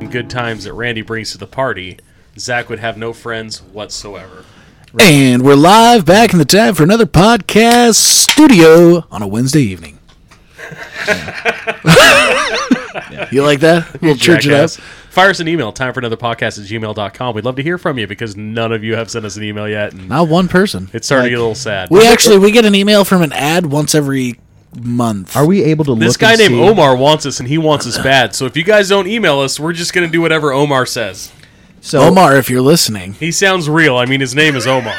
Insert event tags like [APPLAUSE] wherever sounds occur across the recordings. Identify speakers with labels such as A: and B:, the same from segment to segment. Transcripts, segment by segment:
A: and good times that Randy brings to the party, Zach would have no friends whatsoever.
B: And we're live back in the time for another podcast studio on a Wednesday evening. [LAUGHS] you like that? We'll church it up.
A: Jackass. Fire us an email, time for another podcast at gmail.com. We'd love to hear from you because none of you have sent us an email yet. And
B: Not one person.
A: it's starting to get a
B: Like,
A: little sad.
B: We actually we get an email from an ad once every month.
C: Are we able to look
A: This guy
C: and
A: named
C: see-
A: Omar wants us and he wants us bad. So if you guys don't email us, we're just going to do whatever Omar says.
C: So
B: Omar, if you're listening,
A: He sounds real. I mean, his name is Omar.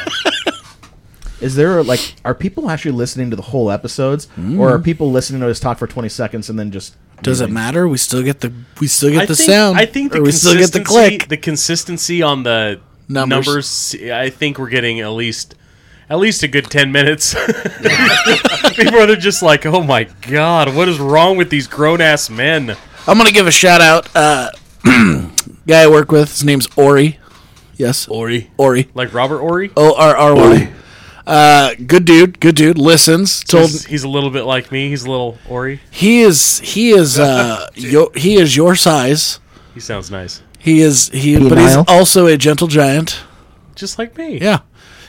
C: is there like are people actually listening to the whole episodes or are people listening to us talk for 20 seconds and then just
B: does it matter? We still get the we still get
A: I
B: the
A: think,
B: sound.
A: I think the
B: or we still get the
A: consistency-
B: click.
A: The consistency on the
B: Numbers.
A: numbers. I think we're getting at least at least a good ten minutes [LAUGHS] before they're just like, "Oh my god, what is wrong with these grown ass men?"
B: I'm gonna give a shout out. Uh, [CLEARS THROAT] guy I work with, his name's Ori. Yes,
A: Ori,
B: Ori.
A: like Robert Ori.
B: O R R Y. Uh, good dude, good dude. Listens. Told
A: He's, he's a little bit like me. He's a little Ori.
B: he is he [LAUGHS] is uh yo, he is your size.
A: He sounds nice,
B: He is he, but he's
C: Penile?
B: also a gentle giant.
A: just like me.
B: Yeah,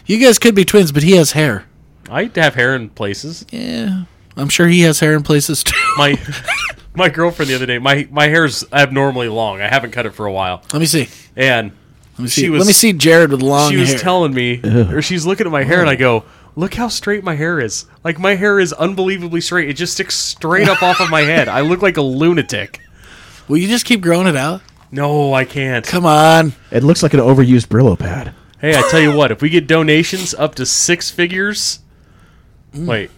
B: you guys could be twins, but he has hair.
A: I have hair in places.
B: Yeah, I'm sure he has hair in places too. [LAUGHS]
A: My [LAUGHS] my girlfriend the other day, my my hair's abnormally long. I haven't cut it for a while,
B: Let me see.
A: and
B: Let me see.
A: She was-
B: Let me see Jared with long
A: she was
B: hair.
A: telling me, or she's looking at my hair, and I go, "Look how straight my hair is! Like my hair is unbelievably straight. It just sticks straight up off of my head. I look like a lunatic."
B: Will you just keep growing it out?
A: No, I can't.
B: Come on.
C: it looks like an overused brillo pad
A: Hey, I tell you what, if we get donations up to six figures, wait,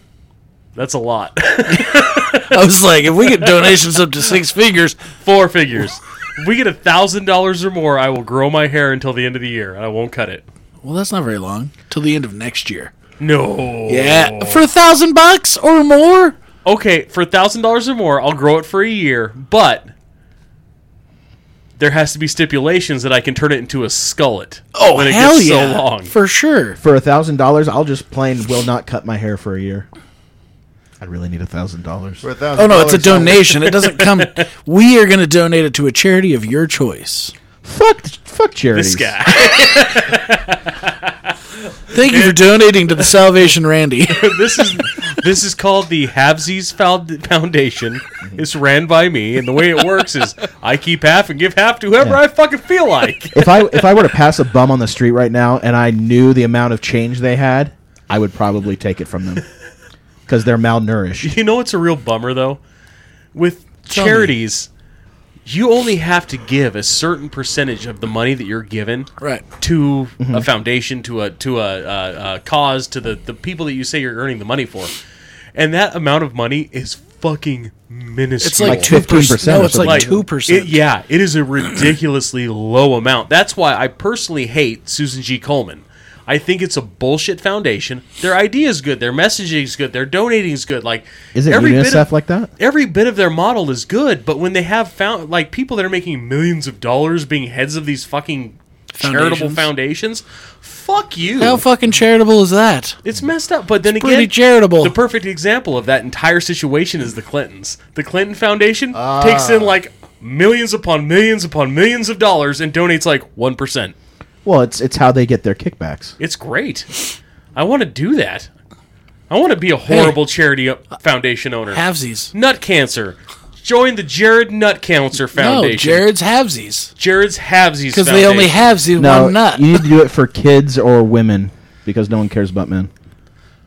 A: that's a lot. [LAUGHS]
B: I was like, if we get donations up to six figures,
A: Four figures. If we get a thousand dollars or more, I will grow my hair until the end of the year, and I won't cut it.
B: well, that's not very long till the end of next year.
A: No.
B: Yeah, for a thousand bucks or more.
A: okay, for thousand dollars or more, I'll grow it for a year, but there has to be stipulations that I can turn it into a skullet.
B: Oh
A: when it
B: hell
A: gets
B: yeah!
A: so long.
B: For sure.
C: for a thousand dollars i'll just plain will not cut my hair for a year i really need a thousand dollars
D: For $1,000
B: Oh no, it's a
D: I'll-
B: donation. It doesn't come. We are going to donate it to a charity of your choice.
C: fuck fuck charities
A: [LAUGHS] this guy. [LAUGHS]
B: Thank you for donating to the Salvation Randy. [LAUGHS]
A: this is this is called the Havsies Found- Foundation.
B: Mm-hmm.
A: It's ran by me, and the way it works is I keep half and give half to whoever
C: Yeah.
A: I fucking feel like.
C: if i if i were to pass a bum on the street right now and i knew the amount of change they had i would probably take it
A: [LAUGHS]
C: from them because they're malnourished
A: You know what's a real bummer though? With
B: me.
A: charities, you only have to give a certain percentage of the money that you're given.
B: right.
A: to
C: Mm-hmm.
A: a foundation, to a to a, a, a cause, to the the people that you say you're earning the money for, and that amount of money is fucking minuscule.
B: It's like two
C: Like
B: percent.
C: 15%
B: No,
C: or
B: it's like
C: something.
B: two
A: it-
B: percent.
A: yeah, it is a ridiculously low amount. That's why I personally hate Susan G. Coleman. I think it's a bullshit foundation. Their idea is good. Their messaging is good. Their donating is good. Like
C: is it
A: every bit
C: unicef
A: of-
C: like that
A: every bit of their model is good, but when they have found like people that are making millions of dollars being heads of these fucking charitable foundations, fuck you.
B: How fucking charitable is that?
A: it's messed up. But then again,
B: pretty charitable.
A: The perfect example of that entire situation is the Clintons. The Clinton Foundation takes in like millions upon millions upon millions of dollars and donates like one percent.
C: well it's it's how they get their kickbacks
A: It's great. I want to do that. I want to be a horrible charity up- foundation owner.
B: Havesies.
A: Nut cancer. Join the Jared Nut Cancer Foundation.
B: No, Jared's havesies
A: Jared's Havsies
B: because they only
A: Foundation.
B: havesies
C: no
B: one nut.
C: you need to do it for kids or women because no one cares about men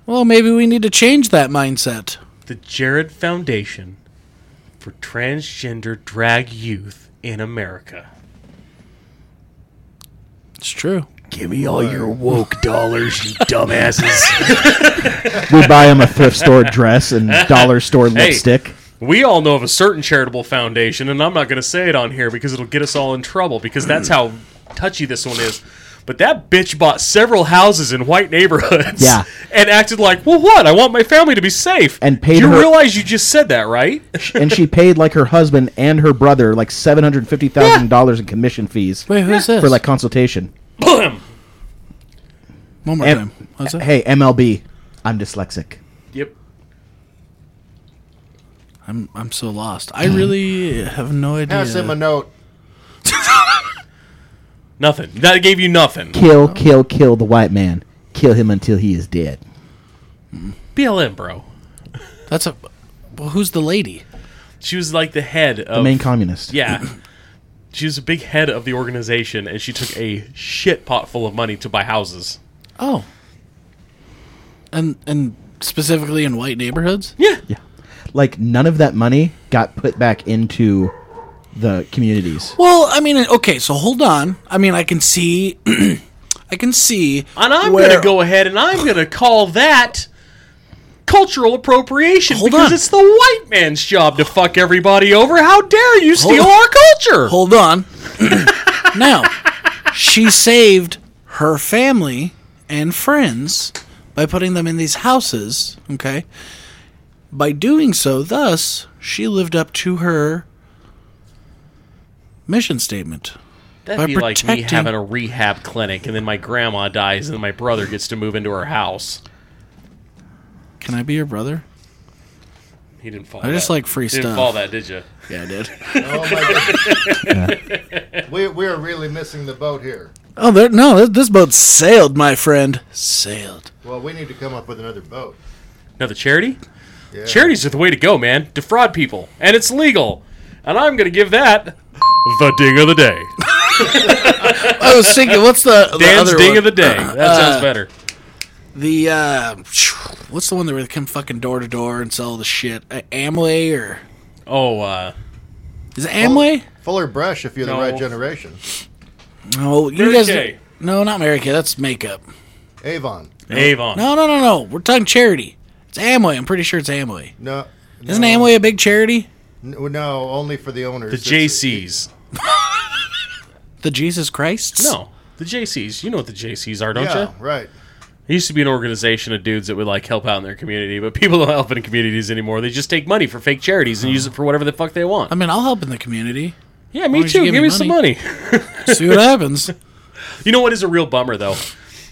B: Well, maybe we need to change that mindset.
A: the Jared Foundation for transgender drag youth in America.
B: It's true.
A: Give me all your woke dollars, you dumbasses.
C: we buy them a thrift store dress and dollar store lipstick
A: [LAUGHS] we all know of a certain charitable foundation, and I'm not going to say it on here because it'll get us all in trouble because that's how touchy this one is. But that bitch bought several houses in white neighborhoods.
C: Yeah.
A: [LAUGHS] And acted like, well, what? I want my family to be safe.
C: And paid
A: You
C: her-
A: realize you just said that,
C: [LAUGHS]
A: right?
C: and she paid like her husband and her brother like seven hundred fifty thousand dollars in commission fees
B: Wait, who's this?
C: for like consultation.
B: one more
C: M-
B: time. What's that?
C: eh, hey MLB, I'm dyslexic.
A: yep.
B: I'm I'm so lost. I really have no idea.
D: Pass him a note.
A: Nothing. That gave you nothing.
C: Kill, kill, kill the white man. Kill him until he is dead.
A: BLM, bro.
B: That's a. Well, who's the lady?
A: She was like the head of
C: The main
A: [CLEARS THROAT]
C: communist.
A: Yeah. She was a big head of the organization, and she took a shit pot full of money to buy houses.
B: Oh. And and specifically in white neighborhoods.
A: Yeah.
C: Yeah. Like none of that money got put back into the communities.
B: Well, I mean, okay, so hold on. I mean, I can see, [CLEARS THROAT] I can see,
A: And I'm
B: where-
A: going to go ahead and I'm going to call that cultural appropriation
B: Hold
A: because
B: on.
A: it's the white man's job to fuck everybody over. How dare you steal
B: on.
A: our culture?
B: Hold on. [CLEARS THROAT] now, she saved her family and friends by putting them in these houses, okay? By doing so, thus, she lived up to her mission statement.
A: That'd
B: by
A: be like me
B: protecting-
A: having a rehab clinic, and then my grandma dies, and then my brother gets to move into her house.
B: Can I be your brother?
A: He didn't fall.
B: I just
A: that.
B: like free
A: didn't
B: stuff.
A: fall that, did you?
B: Yeah, I did.
D: Oh
A: [LAUGHS]
D: my God. we we are really missing the boat here.
B: Oh, there, no, th- this boat sailed, my friend. Sailed.
D: Well, we need to come up with another boat.
A: Another charity?
D: Yeah.
A: Charities are the way to go, man. Defraud people, and it's legal. And I'm going to give that the ding of the day.
B: I was thinking, what's the, [LAUGHS] the
A: Dan's
B: other
A: ding
B: one? Uh,
A: of the
B: [CLEARS THROAT]
A: day. That sounds better.
B: The uh, what's the one that would come fucking door to door and sell the shit? Uh, Amway or
A: Oh, uh,
B: is it Amway?
D: Fuller brush if you're
A: No.
D: the right generation.
B: No, you
A: Mary
B: guys.
A: Kay.
B: No, not Mary Kay. That's makeup.
D: Avon.
A: Avon.
B: No, no, no, no. We're talking charity. It's Amway. I'm pretty sure it's Amway.
D: No.
B: Isn't
D: no,
B: Amway a big charity?
D: n- No, only for the owners.
A: The
D: It's-
A: JCs.
B: The Jesus Christs?
A: No. The JCs. You know what the JCs are, don't
D: Yeah,
A: you?
D: right.
A: It used to be an organization of dudes that would like help out in their community, but people don't help in communities anymore. They just take money for fake charities and use it for whatever the fuck they want.
B: I mean, I'll help in the community.
A: yeah, me
B: don't you
A: too.
B: give
A: Give,
B: me
A: me some money. [LAUGHS]
B: See what happens. [LAUGHS]
A: You know what is a real bummer though?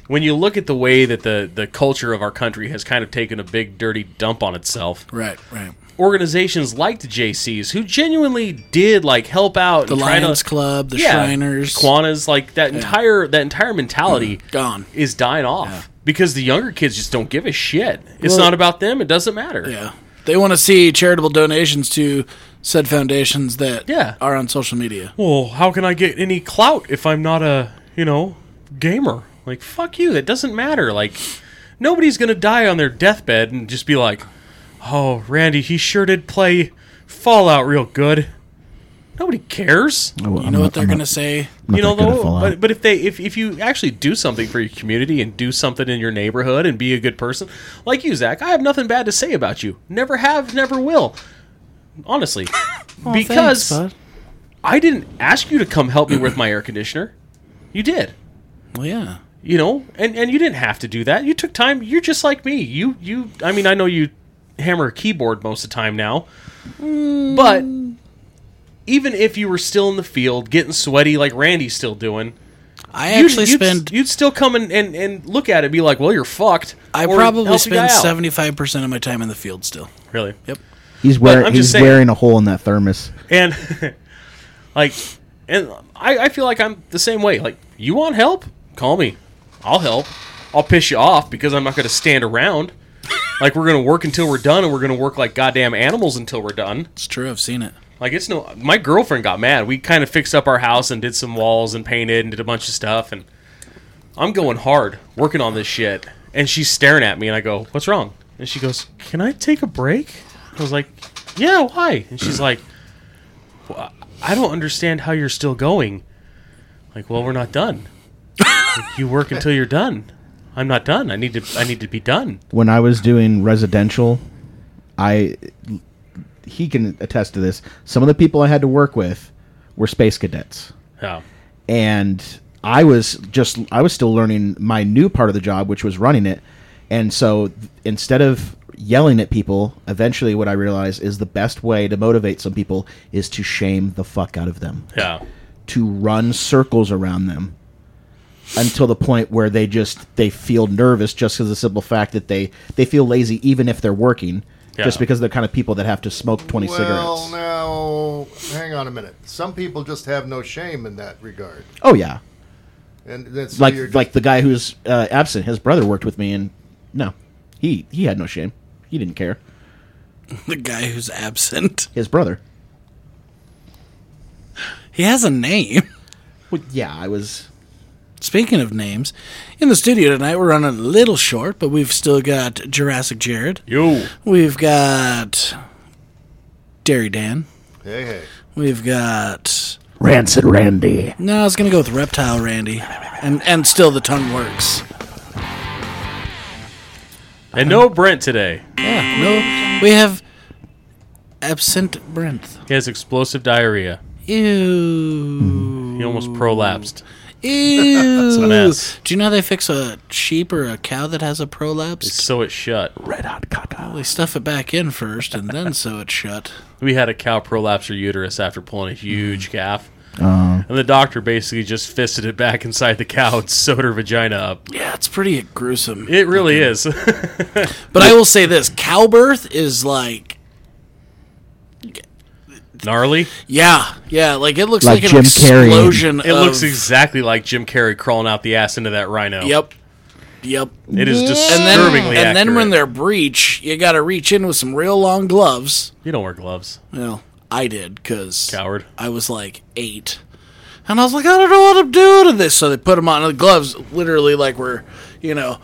A: When you look at the way that the, the culture of our country has kind of taken a big dirty dump on itself,
B: right, right.
A: organizations like the JCs who genuinely did like help out
B: The
A: and try to-
B: Lions Club, the Shriners. Mm-hmm.
A: Kiwanis, like that entire that entire mentality
B: Gone.
A: is dying off because the younger kids just don't give a shit. It's
B: Well-
A: not about them. It doesn't matter.
B: Yeah. They want to see charitable donations to said foundations that
A: Yeah.
B: are on social media.
A: Well, how can I get any clout if I'm not a you know gamer? Like fuck you. That doesn't matter. Like nobody's gonna die on their deathbed and just be like, oh, Randy, he sure did play Fallout real good. Nobody cares.
C: Oh,
B: You know what they're going to say?
A: you know
C: that good at
A: though
C: Fallout.
A: but, but if they if, if you actually do something for your community and do something in your neighborhood and be a good person like you zach i have nothing bad to say about you never have never will honestly [LAUGHS] because i didn't ask you to come help me with my air conditioner you did
B: Well, yeah.
A: you know and and you didn't have to do that you took time you're just like me you you i mean i know you hammer a keyboard most of the time now but even if you were still in the field getting sweaty like randy's still doing
B: I
A: you'd-
B: actually
A: you'd,
B: spend
A: You'd still come and, and, and look at it and be like, well, you're fucked.
B: I
A: or
B: probably
A: help the guy
B: spend
A: out.
B: seventy five percent of my time in the field still.
A: Really?
B: Yep.
C: He's wearing
A: I'm just
C: he's
A: saying-
C: wearing a hole in that thermos.
A: And, [LAUGHS] like, and I, I feel like I'm the same way. Like, you want help? Call me. I'll help. I'll piss you off because I'm not going to stand
B: [LAUGHS]
A: around. like, we're going to work until we're done, and we're going to work like goddamn animals until we're done.
B: It's true. I've seen it. [LAUGHS]
A: Like, it's no. My girlfriend got mad. We kind of fixed up our house and did some walls and painted and did a bunch of stuff. And I'm going hard working on this shit. And she's staring at me, and I go, What's wrong? And she goes, Can I take a break? I was like, Yeah, why? And she's like, well, I don't understand how you're still going. Like, well, we're not done. Like, you work until you're done. I'm not done. I need to. I need to be done.
C: When I was doing residential, I he can attest to this. Some of the people I had to work with were space cadets.
A: Yeah.
C: and I was just I was still learning my new part of the job, which was running it. And so th- instead of yelling at people, eventually what I realized is the best way to motivate some people is to shame the fuck out of them,
A: Yeah.
C: to run circles around them until the point where they just they feel nervous just because of the simple fact that they they feel lazy even if they're working. Just
A: Yeah.
C: because they're kind of people that have to smoke twenty
D: Well,
C: cigarettes.
D: now, hang on a minute. Some people just have no shame in that regard.
C: Oh yeah,
D: And that's
C: like
D: weird.
C: like the guy who's uh, absent. His brother worked with me, and no, he he had no shame. He didn't care.
B: The guy who's absent. [LAUGHS]
C: His brother.
B: He has a name. [LAUGHS]
C: Well, yeah, I was.
B: Speaking of names, in the studio tonight we're running a little short, but we've still got Jurassic Jared.
A: Yo,
B: We've got Dairy Dan.
D: hey, hey.
B: We've got
C: Rancid Randy.
B: no. I was gonna go with Reptile Randy, and and still the tongue works.
A: and no Brent today.
B: Yeah, no, we have absent Brent.
A: He has explosive diarrhea. [LAUGHS]
B: Ew.
A: He almost prolapsed.
B: Ew.
A: a mess.
B: Do you know how they fix a sheep or a cow that has a prolapse?
A: So it shut.
C: Red hot caca.
B: They stuff it back in first and then sew it shut.
A: We had a cow prolapse her uterus after pulling a huge calf. And the doctor basically just fisted it back inside the cow and sewed her vagina up.
B: Yeah, it's pretty gruesome.
A: It really is. [LAUGHS]
B: But I will say this cow birth is like,
A: Gnarly.
B: yeah, yeah, like it looks like,
C: Like
B: an
C: Jim Carrey.
B: explosion
A: It
B: of-
A: looks exactly like Jim Carrey crawling out the ass into that rhino.
B: Yep. Yep.
A: It is
B: And then,
A: disturbingly
B: and then when
A: accurate.
B: they're breech, you got to reach in with some real long gloves.
A: You don't wear gloves.
B: Well, I did because
A: Coward.
B: I was like eight, and I was like, I don't know what I'm doing to this. So they put them on and the gloves, literally like were, you know,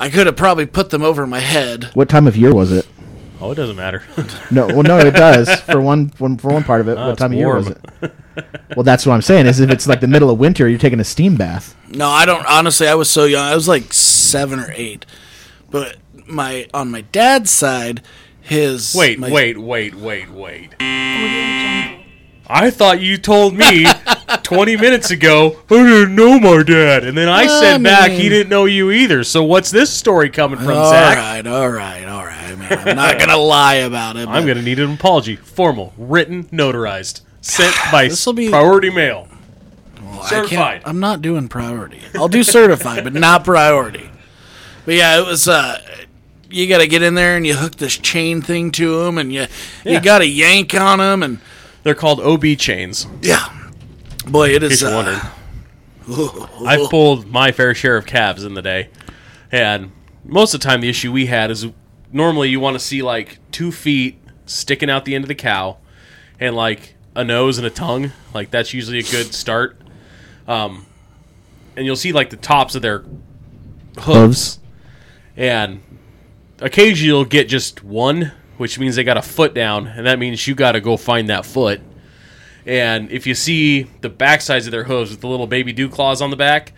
B: I could have probably put them over my head.
C: What time of year was it?
A: Oh, it doesn't matter. [LAUGHS]
C: No, well, no, it does for one, one for one part of it. what
A: Ah, it's
C: time of year was
A: warm.
C: it? Well, that's what I'm saying. Is if it's like the middle of winter, you're taking a steam bath.
B: No, I don't. Honestly, I was so young. I was like seven or eight, but my on my dad's side, his
A: wait,
B: my- Oh,
A: wait, wait, wait, wait. I thought you told
B: [LAUGHS]
A: me 20 minutes ago, I didn't know my dad. And then I said
B: I
A: back,
B: mean-
A: he didn't know you either. So what's this story coming from,
B: All
A: Zach?
B: right, all right, all right. I mean, I'm not gonna [LAUGHS] lie about it.
A: I'm
B: but-
A: going to need an apology. Formal, written, notarized, sent
B: [SIGHS]
A: by
B: This'll be-
A: priority mail.
B: I can't-
A: Certified.
B: I'm not doing priority. I'll do certified, but not priority. But yeah, it was. uh You got to get in there and you hook this chain thing to them, and you
A: Yeah.
B: you got to yank on them, and
A: They're called OB chains.
B: yeah, boy, it
A: In
B: is.
A: case you're wondering,
B: [LAUGHS] Uh,
A: I've pulled my fair share of calves in the day, and most of the time the issue we had is normally you want to see like two feet sticking out the end of the cow, and like a nose and a tongue. Like that's usually a good start. Um, and you'll see like the tops of their hooves, and occasionally you'll get just one, which means they got a foot down, and that means you got to go find that foot. And if you see the back sides of their hooves with the little baby dew claws on the back,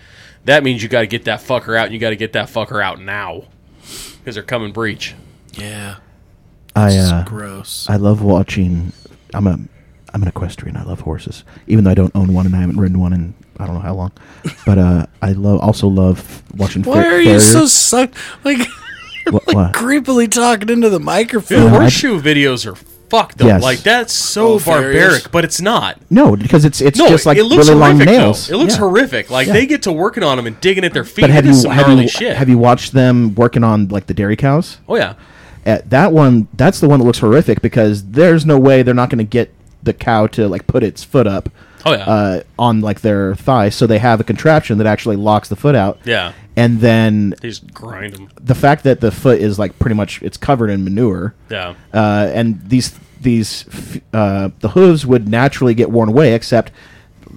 A: that means you got to get that fucker out, and you got to get that fucker out now because they're coming breach.
B: yeah,
C: I
B: it's
C: uh,
B: gross.
C: I love watching. I'm a I'm an equestrian. I love horses, even though I don't own one and I haven't ridden one in I don't know how long. But uh, I love also love watching.
B: Why
C: fer-
B: are you so
C: farriers.
B: sucked? Like, [LAUGHS]
C: Wha- what?
B: creepily talking into the
A: Dude,
B: microphone.
C: I-
A: horseshoe videos are fucked up.
C: Yes.
A: Like that's so
B: Oh,
A: barbaric,
B: various.
A: but it's not.
C: No, because it's it's
A: No,
C: just like
A: it looks
C: really long
A: horrific.
C: nails.
A: Though. It looks
C: Yeah.
A: horrific. Like
C: Yeah.
A: they get to working on them and digging at their feet.
C: But have
A: it is
C: you
A: some
C: have
A: gnarly
C: you
A: shit.
C: have you watched them working on like the dairy cows?
A: oh yeah,
C: At that one, that's the one that looks horrific because there's no way they're not going to get the cow to like put its foot up.
A: Oh, yeah.
C: Uh, on like their thigh, so they have a contraption that actually locks the foot out.
A: yeah.
C: And then
A: They just grind them.
C: the fact that the foot is like pretty much it's covered in manure,
A: Yeah.
C: uh, and these these f- uh, the hooves would naturally get worn away, except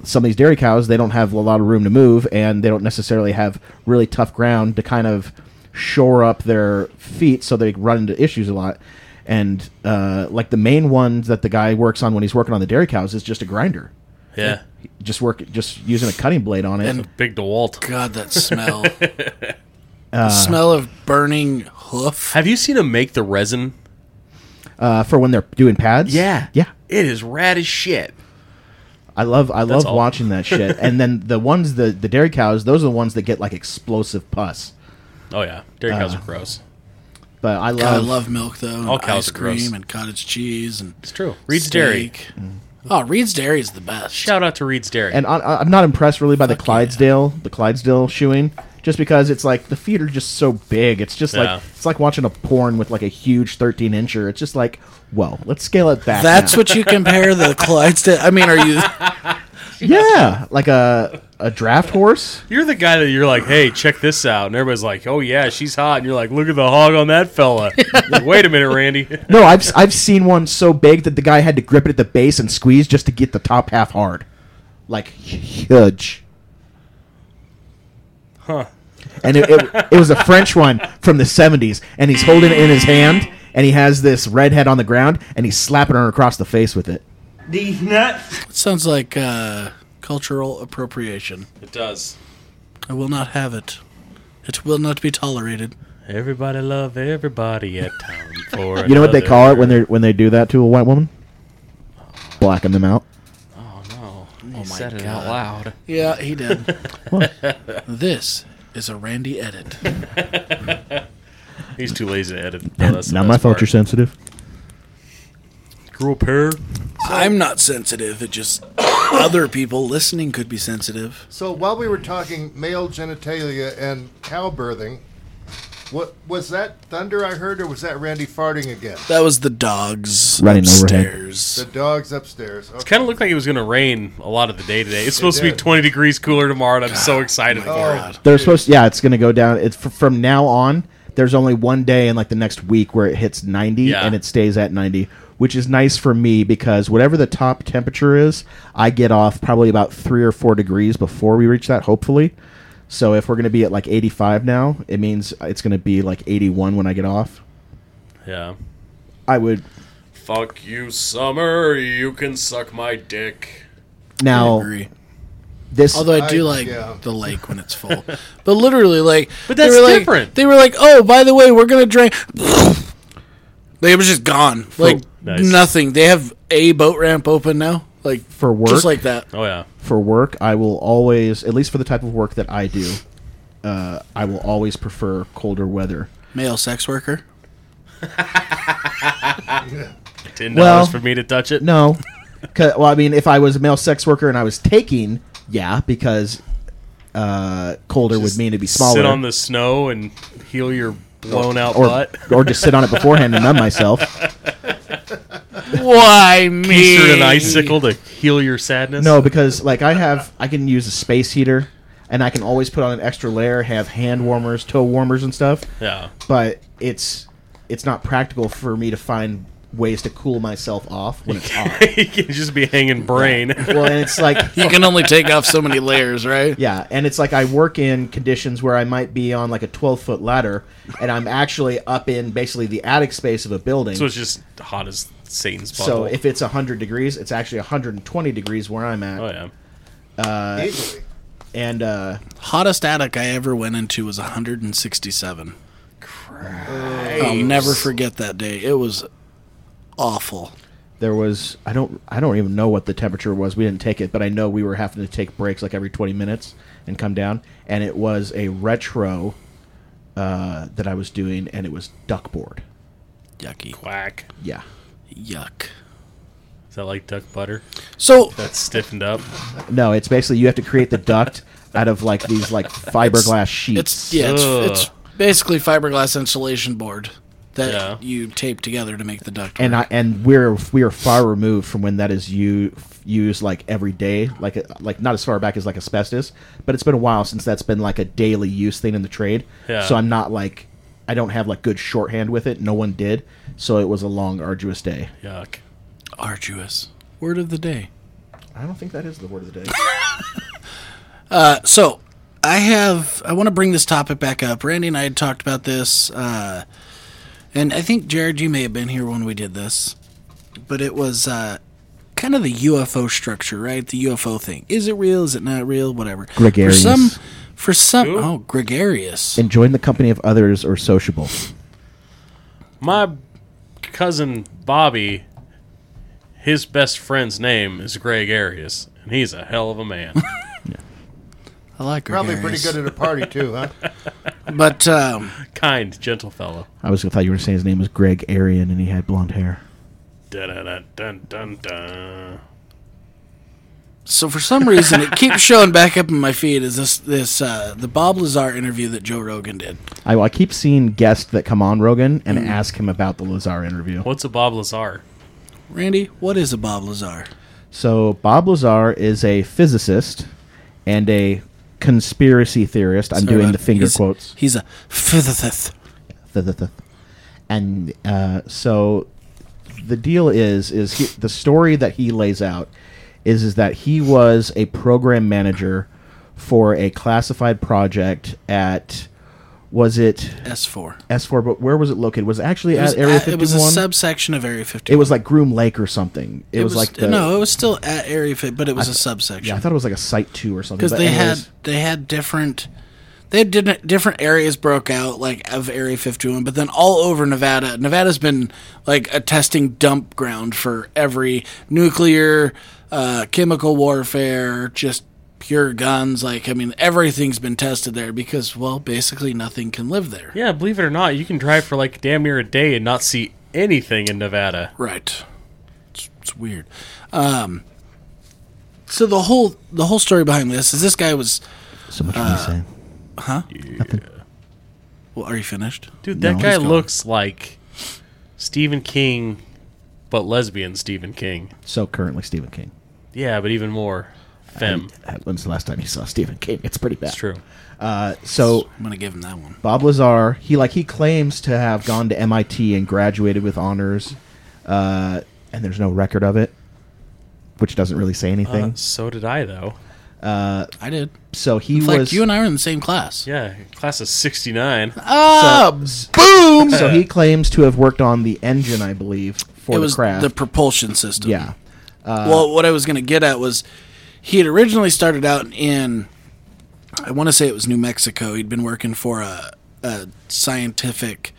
C: some of these dairy cows they don't have a lot of room to move, and they don't necessarily have really tough ground to kind of shore up their feet, so they run into issues a lot. And uh, like the main ones that the guy works on when he's working on the dairy cows is just a grinder,
A: Yeah.
C: just work just using a cutting blade on it.
B: And-
A: Big DeWalt.
B: God,
A: [LAUGHS]
B: that smell. the smell of burning hoof.
A: Have you seen them make the resin?
C: uh, for when they're doing pads, yeah,
A: It is rad as shit.
C: I love I love
A: all.
C: watching that shit. and then the ones the the dairy cows, those are the ones that get like explosive pus.
A: Oh yeah, dairy cows
C: Uh,
A: are gross.
C: But I love,
B: God, I love milk though. and
A: All cows
B: ice
A: are gross.
B: cream and cottage cheese and
A: It's true. Reed's
B: steak.
A: Dairy.
B: Oh, Reed's Dairy is the best.
A: Shout out to Reed's Dairy.
C: and I, I'm not impressed really by the Clydesdale the Clydesdale shoeing, just because it's like the feet are just so big. It's just
A: Yeah.
C: like it's like watching a porn with like a huge 13 incher. It's just like whoa, let's scale it back.
B: That's
C: now.
B: what you compare the Clydesdale. I mean, are you?
C: yeah, like a a draft horse.
A: You're the guy that you're like, hey, check this out, and everybody's like, oh yeah, she's hot, and you're like, look at the hog on that
C: [LAUGHS]
A: fella. Like, Wait a minute, Randy. [LAUGHS]
C: No, I've I've seen one so big that the guy had to grip it at the base and squeeze just to get the top half hard, like huge.
A: Huh.
C: And it, it, it was a French one from the '70s, and he's holding it in his hand, and he has this redhead on the ground, and he's slapping her across the face with it.
E: These nuts.
B: It sounds like uh, cultural appropriation.
A: It does.
B: I will not have it. It will not be tolerated.
A: Everybody love everybody at time for.
C: You know what they call it when they are when they do that to a white woman? Blacking them out.
A: Oh no! He
B: my
A: said it
B: God.
A: out loud.
B: Yeah,
A: [LAUGHS]
B: he did. this is a Randy edit.
A: He's too lazy to edit. No, Oh, that's the
C: Not
A: best
C: my fault.
A: part.
C: You're sensitive.
A: Grew a pair.
B: I'm not sensitive. It just other people listening could be sensitive.
D: So while we were talking male genitalia and cow birthing, what was that thunder I heard, or was that Randy farting again?
B: That was the dogs
C: Running overhead.
B: upstairs.
D: The dogs upstairs. Okay.
A: Kind of looked like it was going to rain a lot of the day today. It's supposed to be
D: did.
A: 20 degrees cooler tomorrow, and I'm so excited for it.
D: God.
C: They're supposed. Yeah, it's going to go down. It's f- from now on. There's only one day in like the next week where it hits 90
A: Yeah.
C: and it stays at 90, which is nice for me because whatever the top temperature is, I get off probably about three or four degrees before we reach that. Hopefully, so if we're going to be at like 85 now, it means it's going to be like 81 when I get off.
A: Yeah.
C: I would
A: Fuck you, summer. You can suck my dick.
C: now
B: I agree.
C: this.
B: Although I do
D: I-
B: like
D: yeah.
B: the lake when it's full, but literally like,
A: But
B: they
A: that's
B: were like-
A: different.
B: They were like, "Oh, by the way, we're gonna [LAUGHS] drink." they was just gone, like
A: Nice.
B: nothing. They have a boat ramp open now, like
C: For work?
B: just like that.
A: Oh yeah.
C: for work, I will always, at least for the type of work that I do, uh, I will always prefer colder weather.
B: Male sex worker.
A: Ten
C: Well-
A: dollars for me to touch it.
C: No, 'Cause- well, I mean, if I was a male sex worker and I was taking, yeah, because uh, colder would mean it'd be smaller.
A: Sit on the snow and heal your blown out
C: or,
A: butt.
C: or just sit on it beforehand and
A: [LAUGHS]
C: numb myself.
B: Why me?
A: Easter an icicle to heal your sadness.
C: No, because like I have, I can use a space heater, and I can always put on an extra layer, have hand warmers, toe warmers, and stuff.
A: Yeah. [LAUGHS]
C: but it's it's not practical for me to find ways to cool myself off when it's
A: [LAUGHS]
C: hot.
A: you can just be hanging brain.
C: Well, and it's like
B: You can only take off so many layers, right?
C: yeah, and it's like I work in conditions where I might be on like a twelve foot ladder, and I'm actually up in basically the attic space of a building.
A: so it's just hot as Satan's
C: So
A: bottle.
C: if it's 100 degrees, it's actually 120 degrees where I'm at.
A: oh yeah.
D: Easily.
C: And uh,
B: Hottest attic I ever went into was 167. I'll never forget that day. It was awful.
C: there was I don't I don't even know what the temperature was. We didn't take it, but I know we were having to take breaks like every 20 minutes and come down. And it was a retro uh, that I was doing, and it was duckboard.
B: Yucky.
A: Whack.
C: Yeah,
B: Yuck.
A: Is that like duck butter?
B: So
A: That's stiffened up.
C: no, it's basically you have to create the duct out of like these like fiberglass sheets.
B: it's yeah, it's,
A: Ugh.
B: it's basically fiberglass insulation board that
A: Yeah.
B: you tape together to make the duct.
C: and I, and we're we are far removed from when that is you used like every day, like a, like not as far back as like asbestos, but it's been a while since that's been like a daily use thing in the trade.
A: Yeah.
C: So I'm not like I don't have like good shorthand with it. No one did, so it was a long, arduous day.
A: Yuck.
B: arduous. Word of the day.
C: I don't think that is the word of the day.
B: so I have I want to bring this topic back up. Randy and I had talked about this, uh, and I think Jared, you may have been here when we did this, but it was uh, kind of the UFO structure, right? The UFO thing. Is it real? Is it not real? Whatever.
C: Gregarious.
B: For some, for some, oh, gregarious.
C: and join the company of others or sociable.
A: My cousin Bobby, his best friend's name is Greg Arias, and he's a hell of a man.
C: [LAUGHS]
B: I like
D: Probably
B: gregarious.
D: pretty good at a party too,
B: [LAUGHS]
D: huh?
B: But um,
A: kind, gentle fellow.
C: I was thought you were saying his name was Greg Arian and he had blonde hair.
A: Dun-dun-dun-dun-dun.
B: So for some reason, it keeps showing back up in my feed. Is this this uh, the Bob Lazar interview that Joe Rogan did?
C: I, I keep seeing guests that come on Rogan and ask him about the Lazar interview.
A: What's a Bob Lazar?
B: Randy, what is a Bob Lazar?
C: So Bob Lazar is a physicist, and a conspiracy theorist. I'm
B: Sorry
C: doing
B: about
C: the
B: it.
C: finger
B: He's-
C: quotes.
B: He's a physicist.
C: Th- th- th- And uh, so the deal is is he, the story that he lays out is is that he was a program manager for a classified project at was it
B: S four.
C: S4 but where was it located? Was it actually
B: It was,
C: at Area
B: at-
C: 51?
B: it was a subsection of Area 51.
C: It was like Groom Lake or something. It, was, like the,
B: no, it was still at Area 50, but it was a
C: Yeah, I
B: subsection
C: thought it was like a site two or something.
B: because
C: but
B: they
C: anyways,
B: had they had different they had di- different areas broke out like of Area 51, but then all over Nevada. Nevada's been like a testing dump ground for every nuclear, uh, chemical warfare, just pure guns. Like I mean, everything's been tested there because well, basically nothing can live there.
A: Yeah, believe it or not, you can drive for like damn near a day and not see anything in Nevada.
B: Right. It's, it's weird. Um, so the whole the whole story behind this is this guy was.
C: so much for
B: uh,
C: me saying.
B: Well, are you finished?
A: Dude, that
C: No,
A: guy
C: he's gone.
A: looks like Stephen King, but lesbian Stephen King.
C: So currently Stephen King.
A: Yeah, but even more femme.
C: Uh, When's the last time you saw Stephen King? It's pretty bad.
A: It's true.
C: Uh, so
B: I'm gonna give him that one.
C: Bob Lazar, he like he claims to have gone to MIT and graduated with honors, uh, and there's no record of it, which doesn't really say
B: Uh,
C: anything.
A: Uh, So did I, though.
B: I did.
C: so he
B: In fact,
C: was
B: you and I were in the same class.
A: Yeah, class of 69.
B: Ah, boom!
C: so he claims to have worked on the engine, I believe, for
B: it
C: the
B: was
C: craft.
B: the propulsion system.
C: yeah, Uh,
B: well, what I was going to get at was he had originally started out in, I want to say it was New Mexico. He'd been working for a, a scientific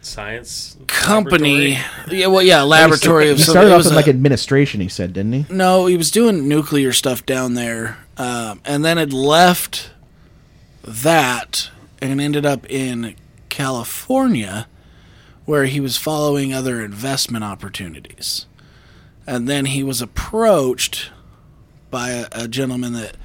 A: Science.
B: company.
A: laboratory.
B: Yeah, well, yeah, laboratory of
C: he
B: some-
C: started
B: it
C: off
B: was
C: in
B: a-
C: like administration. He said, didn't he?
B: No, he was doing nuclear stuff down there, um, and then had left that and ended up in California, where he was following other investment opportunities. And then he was approached by a, a gentleman that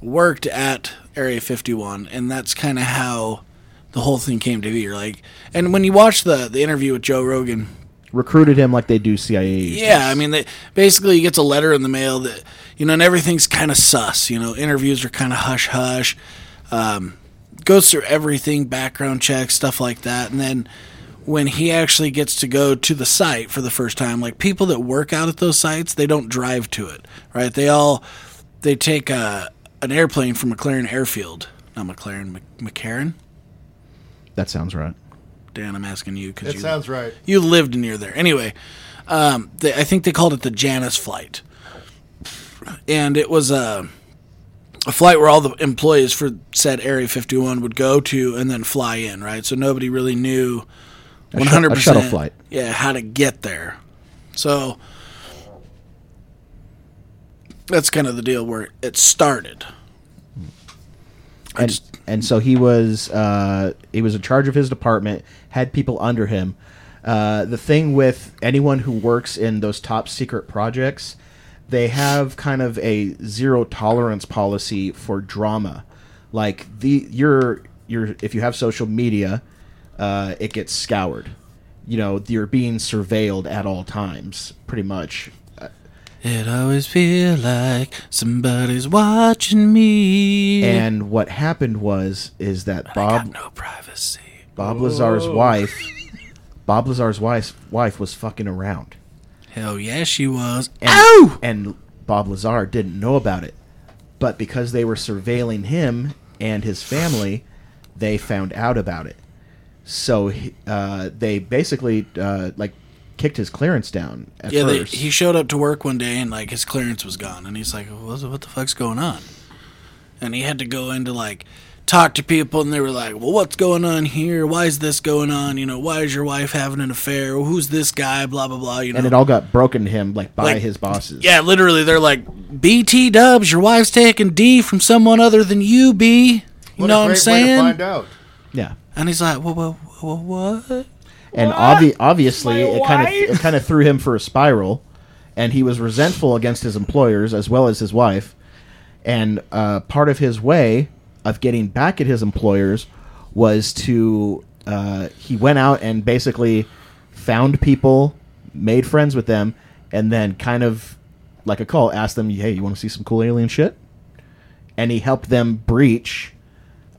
B: worked at Area 51, and that's kind of how the whole thing came to be. You're like, and when you watch the the interview with Joe Rogan,
C: Recruited him like they do CIA. agents.
B: yeah, I mean, they, basically, he gets a letter in the mail that you know, and everything's kind of sus. You know, interviews are kind of hush hush. Um, goes through everything, background checks, stuff like that, and then when he actually gets to go to the site for the first time, like people that work out at those sites, they don't drive to it, right? They all they take a, an airplane from McLaren Airfield, not McLaren, Mc, McCarran.
C: that sounds right.
B: Dan, I'm asking you because
D: It
B: you
D: sounds right.
B: you lived near there. Anyway, um, they, I think they called it the Janus flight, and it was a a flight where all the employees for said Area 51 would go to and then fly in. Right, so nobody really knew
C: A
B: one
C: shut-
B: hundred
C: a shuttle
B: percent
C: flight.
B: Yeah, how to get there. So that's kind of the deal where it started.
C: and and so he was uh, he was in charge of his department, had people under him. Uh, the thing with anyone who works in those top secret projects, they have kind of a zero tolerance policy for drama. Like the your your if you have social media, uh, it gets scoured. You know you're being surveilled at all times, pretty much.
B: It always feel like somebody's watching me.
C: And what happened was is that
B: Mm-hmm. Got
C: Bob
B: no privacy.
C: Bob Lazar's wife. Bob Lazar's wife's wife was fucking around,
B: Hell yeah, she was.
C: and,
B: Ow!
C: and Bob Lazar didn't know about it. But because they were surveilling him and his family, they found out about it. So he- uh, they basically uh, like kicked his clearance down at
B: Yeah, they,
C: first.
B: he showed up to work one day and like his clearance was gone, and he's like, "What, what the fuck's going on?" And he had to go into like talk to people, and they were like, "Well, what's going on here? Why is this going on? You know, why is your wife having an affair? Who's this guy? Blah blah blah." You know,
C: and it all got broken to him like by
B: Like,
C: his bosses.
B: yeah, literally, they're like, "BT Dubs, your wife's taking D from someone other than you, B." You
D: What
B: know
D: a
B: what I'm
D: great way to find
B: saying?
D: out.
C: yeah.
B: And he's like, "What? What? What?" what?
C: and obvi- obviously it kind of it kind of threw him for a spiral and he was resentful against his employers as well as his wife and uh, part of his way of getting back at his employers was to uh, he went out and basically found people made friends with them and then kind of like a call asked them hey you want to see some cool alien shit and he helped them breach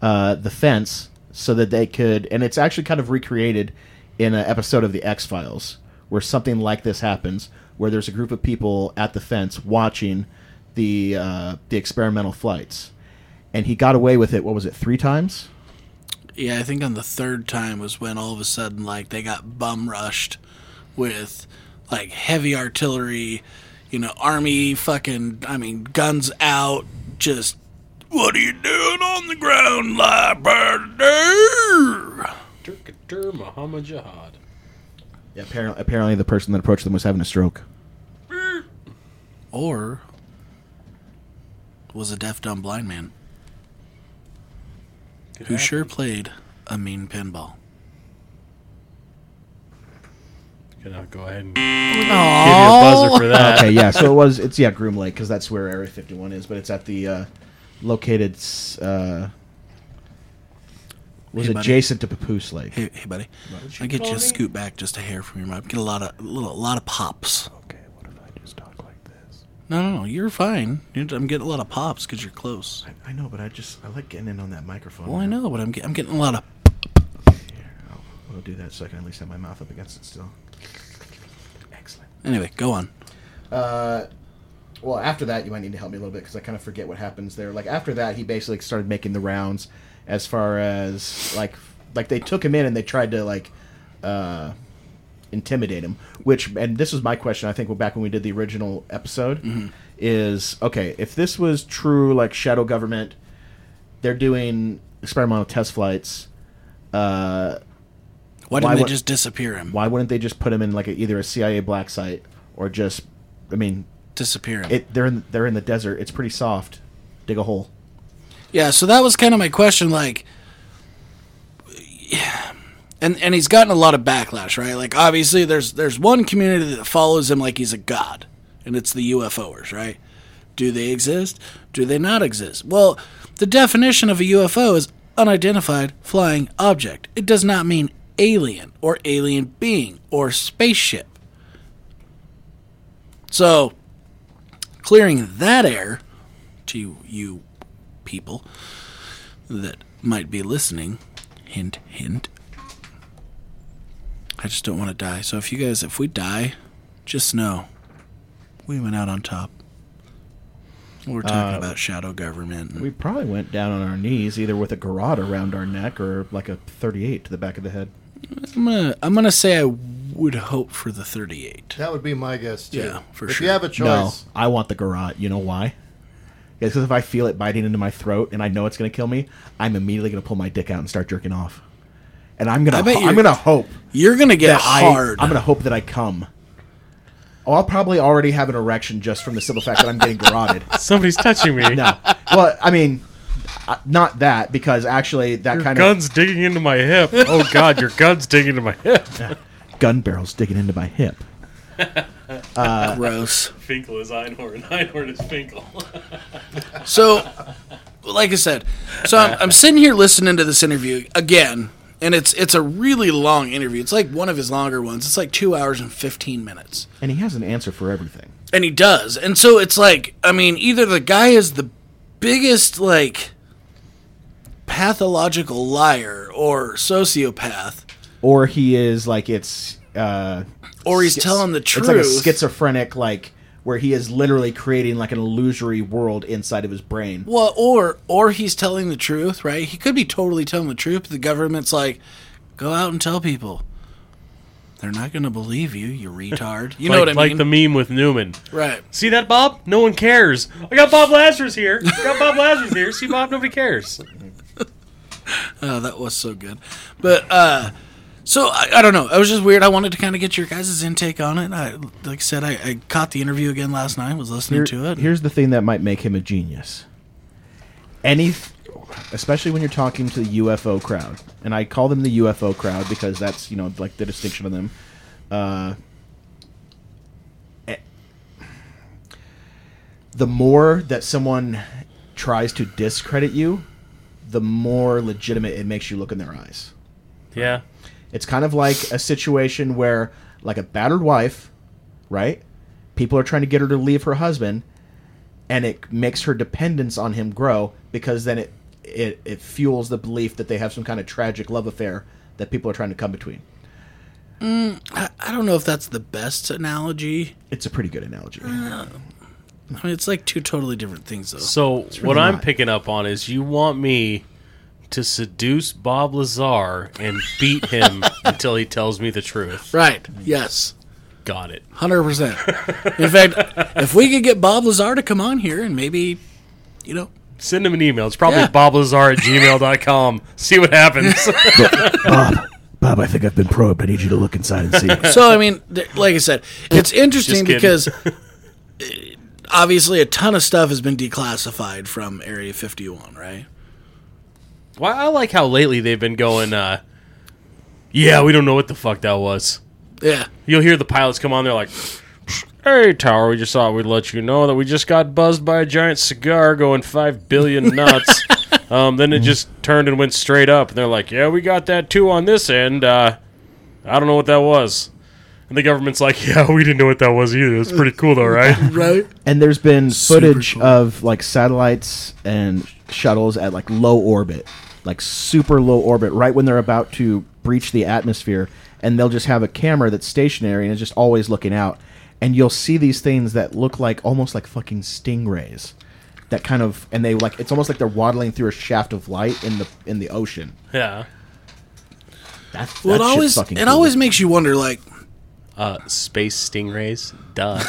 C: uh, the fence so that they could. And it's actually kind of recreated in an episode of the X Files where something like this happens, where there's a group of people at the fence watching the uh, the experimental flights, and he got away with it. What was it? Three times.
B: Yeah, I think on the third time was when all of a sudden, like, they got bum rushed with, like, heavy artillery, you know, army fucking, I mean, guns out, just, what are you doing on the ground, Liberty?
A: Turkatur Muhammad Jihad.
C: Yeah, apparently, apparently the person that approached them was having
B: [LAUGHS]
C: a stroke.
B: Or was a deaf, dumb, blind man who sure played a mean pinball.
A: Gonna go ahead and give you a buzzer for
B: [LAUGHS]
A: that.
C: okay, yeah. So it was. It's yeah, Groom Lake because that's where Area 51 is, but it's at the uh, located s- uh, was
B: Hey, buddy.
C: adjacent to Papoose Lake.
B: Hey, hey buddy, I get you to scoot back just a hair from your mouth. Get a lot of little, a lot of pops.
C: Okay, what if I just talk like this?
B: No, no, no, you're fine. You're, I'm getting a lot of pops because you're close.
C: I, I know, but I just I like getting in on that microphone.
B: Well, I know, but I'm, get, I'm getting a lot of.
C: I'll, I'll do that so I can at least have my mouth up against it still. Excellent.
B: Anyway, go on.
C: well after that you might need to help me a little bit because i kind of forget what happens there like after that he basically started making the rounds as far as like like they took him in and they tried to like uh intimidate him which and this was my question i think well, back when we did the original episode is okay if this was true like shadow government they're doing experimental test flights uh
B: Why didn't
C: Why
B: they
C: would-
B: just disappear him?
C: why wouldn't they just put him in like a, either a cia black site or just i mean
B: Disappear him.
C: it they're in they're in the desert. It's pretty soft. Dig a hole.
B: Yeah, so that was kind of my question. Like, and and he's gotten a lot of backlash, right? Like, obviously, there's there's one community that follows him like he's a god, and it's the UFOers, right? Do they exist? Do they not exist? Well, the definition of a UFO is unidentified flying object. It does not mean alien or alien being or spaceship. So, clearing that air to you people that might be listening. Hint, hint. I just don't want to die. So if you guys, if we die, just know we went out on top. We're talking about shadow government. and-
C: Uh, We probably went down on our knees either with a garrote around our neck or like a 38 to the back of the head.
B: I'm gonna, I'm gonna say I would hope for the 38.
D: That would be my guess too.
B: Yeah, for
D: if
B: sure.
D: you have a
C: No,
D: choice,
C: I want the garrote. You know why? It's because if I feel it biting into my throat and I know it's going to kill me, I'm immediately going to pull my dick out and start jerking off. And I'm
B: I
C: gonna,
B: bet
C: ho-
B: you're-
C: I'm gonna hope
B: You're gonna get
C: that
B: hard.
C: I, I'm gonna hope that I come. Oh, I'll probably already have an erection just from the simple fact that I'm getting garroted.
A: Somebody's touching
C: [LAUGHS]
A: me.
C: No, well, I mean, uh, not that because actually that
A: Your
C: kind of
A: gun's digging into my hip. Oh God, your gun's digging into my hip.
C: gun barrels digging into my hip.
B: Gross.
A: [LAUGHS] Finkel is Einhorn. Einhorn is [LAUGHS] Finkel.
B: So, like I said, so I'm, I'm sitting here listening to this interview again, and it's it's a really long interview. It's like one of his longer ones. It's like two hours and fifteen minutes,
C: And he has an answer for everything.
B: and he does. And so it's like, I mean, either the guy is the biggest like pathological liar or sociopath,
C: Or he is like it's uh
B: or he's
C: schi-
B: telling the
C: It's like a
B: truth.
C: schizophrenic like where he is literally creating like an illusory world inside of his brain.
B: Well, or or he's telling the truth, right? He could be totally telling the truth. But the government's like, go out and tell people. They're not going to believe you, you retard. You know
A: like,
B: what I
A: like
B: mean?
A: the meme with Newman.
B: right.
A: See that, Bob? No one cares. I got Bob Lazarus here. I got Bob Lazarus here. See, Bob, nobody cares.
B: Oh, that was so good. But uh so I, I don't know. It was just weird. I wanted to kind of get your guys' intake on it. I like I said, I, I caught the interview again last night. Was listening
C: Here-
B: to it.
C: Here's the thing that might make him a genius. Any, especially when you're talking to the UFO crowd, and I call them the UFO crowd because that's you know like the distinction of them. Uh, eh, the more that someone tries to discredit you, the more legitimate it makes you look in their eyes.
A: Yeah.
C: It's kind of like a situation where, like a battered wife, right? People are trying to get her to leave her husband, and it makes her dependence on him grow because then it it, it fuels the belief that they have some kind of tragic love affair that people are trying to come between.
B: I don't know if that's the best analogy.
C: It's a pretty good analogy.
B: I mean, it's like two totally different things, though.
A: So what
C: really
A: I'm
C: not.
A: picking up on is you want me to seduce Bob Lazar and beat
C: [LAUGHS]
A: him until he tells me the truth.
B: right. Yes.
A: Got it.
B: Hundred percent. In fact, if we could get Bob Lazar to come on here and maybe, you know,
A: Send him an email. It's probably
B: Yeah.
A: boblazar at gmail.com. See what
C: [LAUGHS]
A: happens.
C: Bob, I think I've been probed. I need you to look inside and see.
B: so I mean, th- like I said, it's interesting
A: Just kidding.
B: because uh, obviously a ton of stuff has been declassified from Area 51, right?
A: well, I like how lately they've been going, uh, yeah, we don't know what the fuck that was.
B: Yeah.
A: You'll hear the pilots come on. They're like, "Hey, Tower, we just thought we'd let you know that we just got buzzed by a giant cigar going five billion [LAUGHS] knots. um, then it just turned and went straight up. And they're like, "Yeah, we got that too on this end. Uh, I don't know what that was." And the government's like, "Yeah, we didn't know what that was either. It's pretty cool, though, [LAUGHS] right?"
B: Right.
C: and there's been
B: Super
C: footage
B: cool.
C: of like satellites and shuttles at like low orbit, like super low orbit, right when they're about to breach the atmosphere, and they'll just have a camera that's stationary and is just always looking out, and you'll see these things that look like almost like fucking stingrays, that kind of, and they like it's almost like they're waddling through a shaft of light in the in the ocean.
A: yeah.
C: That,
B: Well, it
C: that shit's
B: always it
C: fucking cool.
B: always makes you wonder. Like
A: Uh, space stingrays. Duh.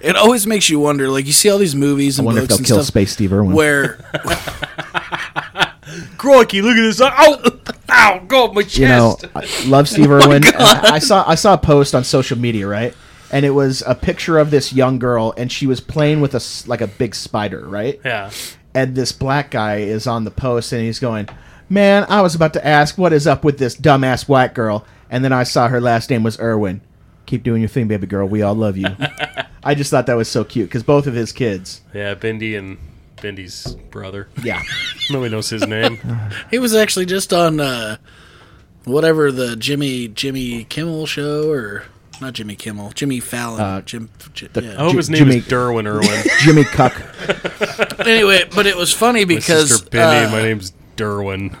B: it always makes you wonder. Like you see all these movies and
C: wonder
B: books
C: if they'll
B: and
C: kill
B: stuff
C: Space Steve Irwin. [LAUGHS]
B: where
A: [LAUGHS] Crikey, look at this! Oh, Ow! Ow! Go up my chest.
C: you know, I
B: [LAUGHS]
C: love Steve
B: Oh
C: Irwin. And I I saw I saw a post on social media, right? And it was a picture of this young girl, and she was playing with a s- like a big spider, right?
A: yeah.
C: And this black guy is on the post, and he's going, "Man, I was about to ask what is up with this dumbass white girl, and then I saw her last name was Irwin. Keep doing your thing, baby girl. We all love you." I just thought that was so cute because both of his kids,
A: Yeah. Bendy and Bendy's brother.
C: yeah,
A: Nobody knows his name.
B: he was actually just on uh, whatever the Jimmy Jimmy Kimmel show or not Jimmy Kimmel, Jimmy Fallon,
C: Uh,
B: Jim. J- yeah.
A: I hope
C: Ju-
A: his name
C: Jimmy-
A: is Derwin [LAUGHS] Irwin.
C: Jimmy Cuck.
B: anyway, but it was funny because
A: Sister Bendy,
B: uh,
A: my Uh. name's Derwin.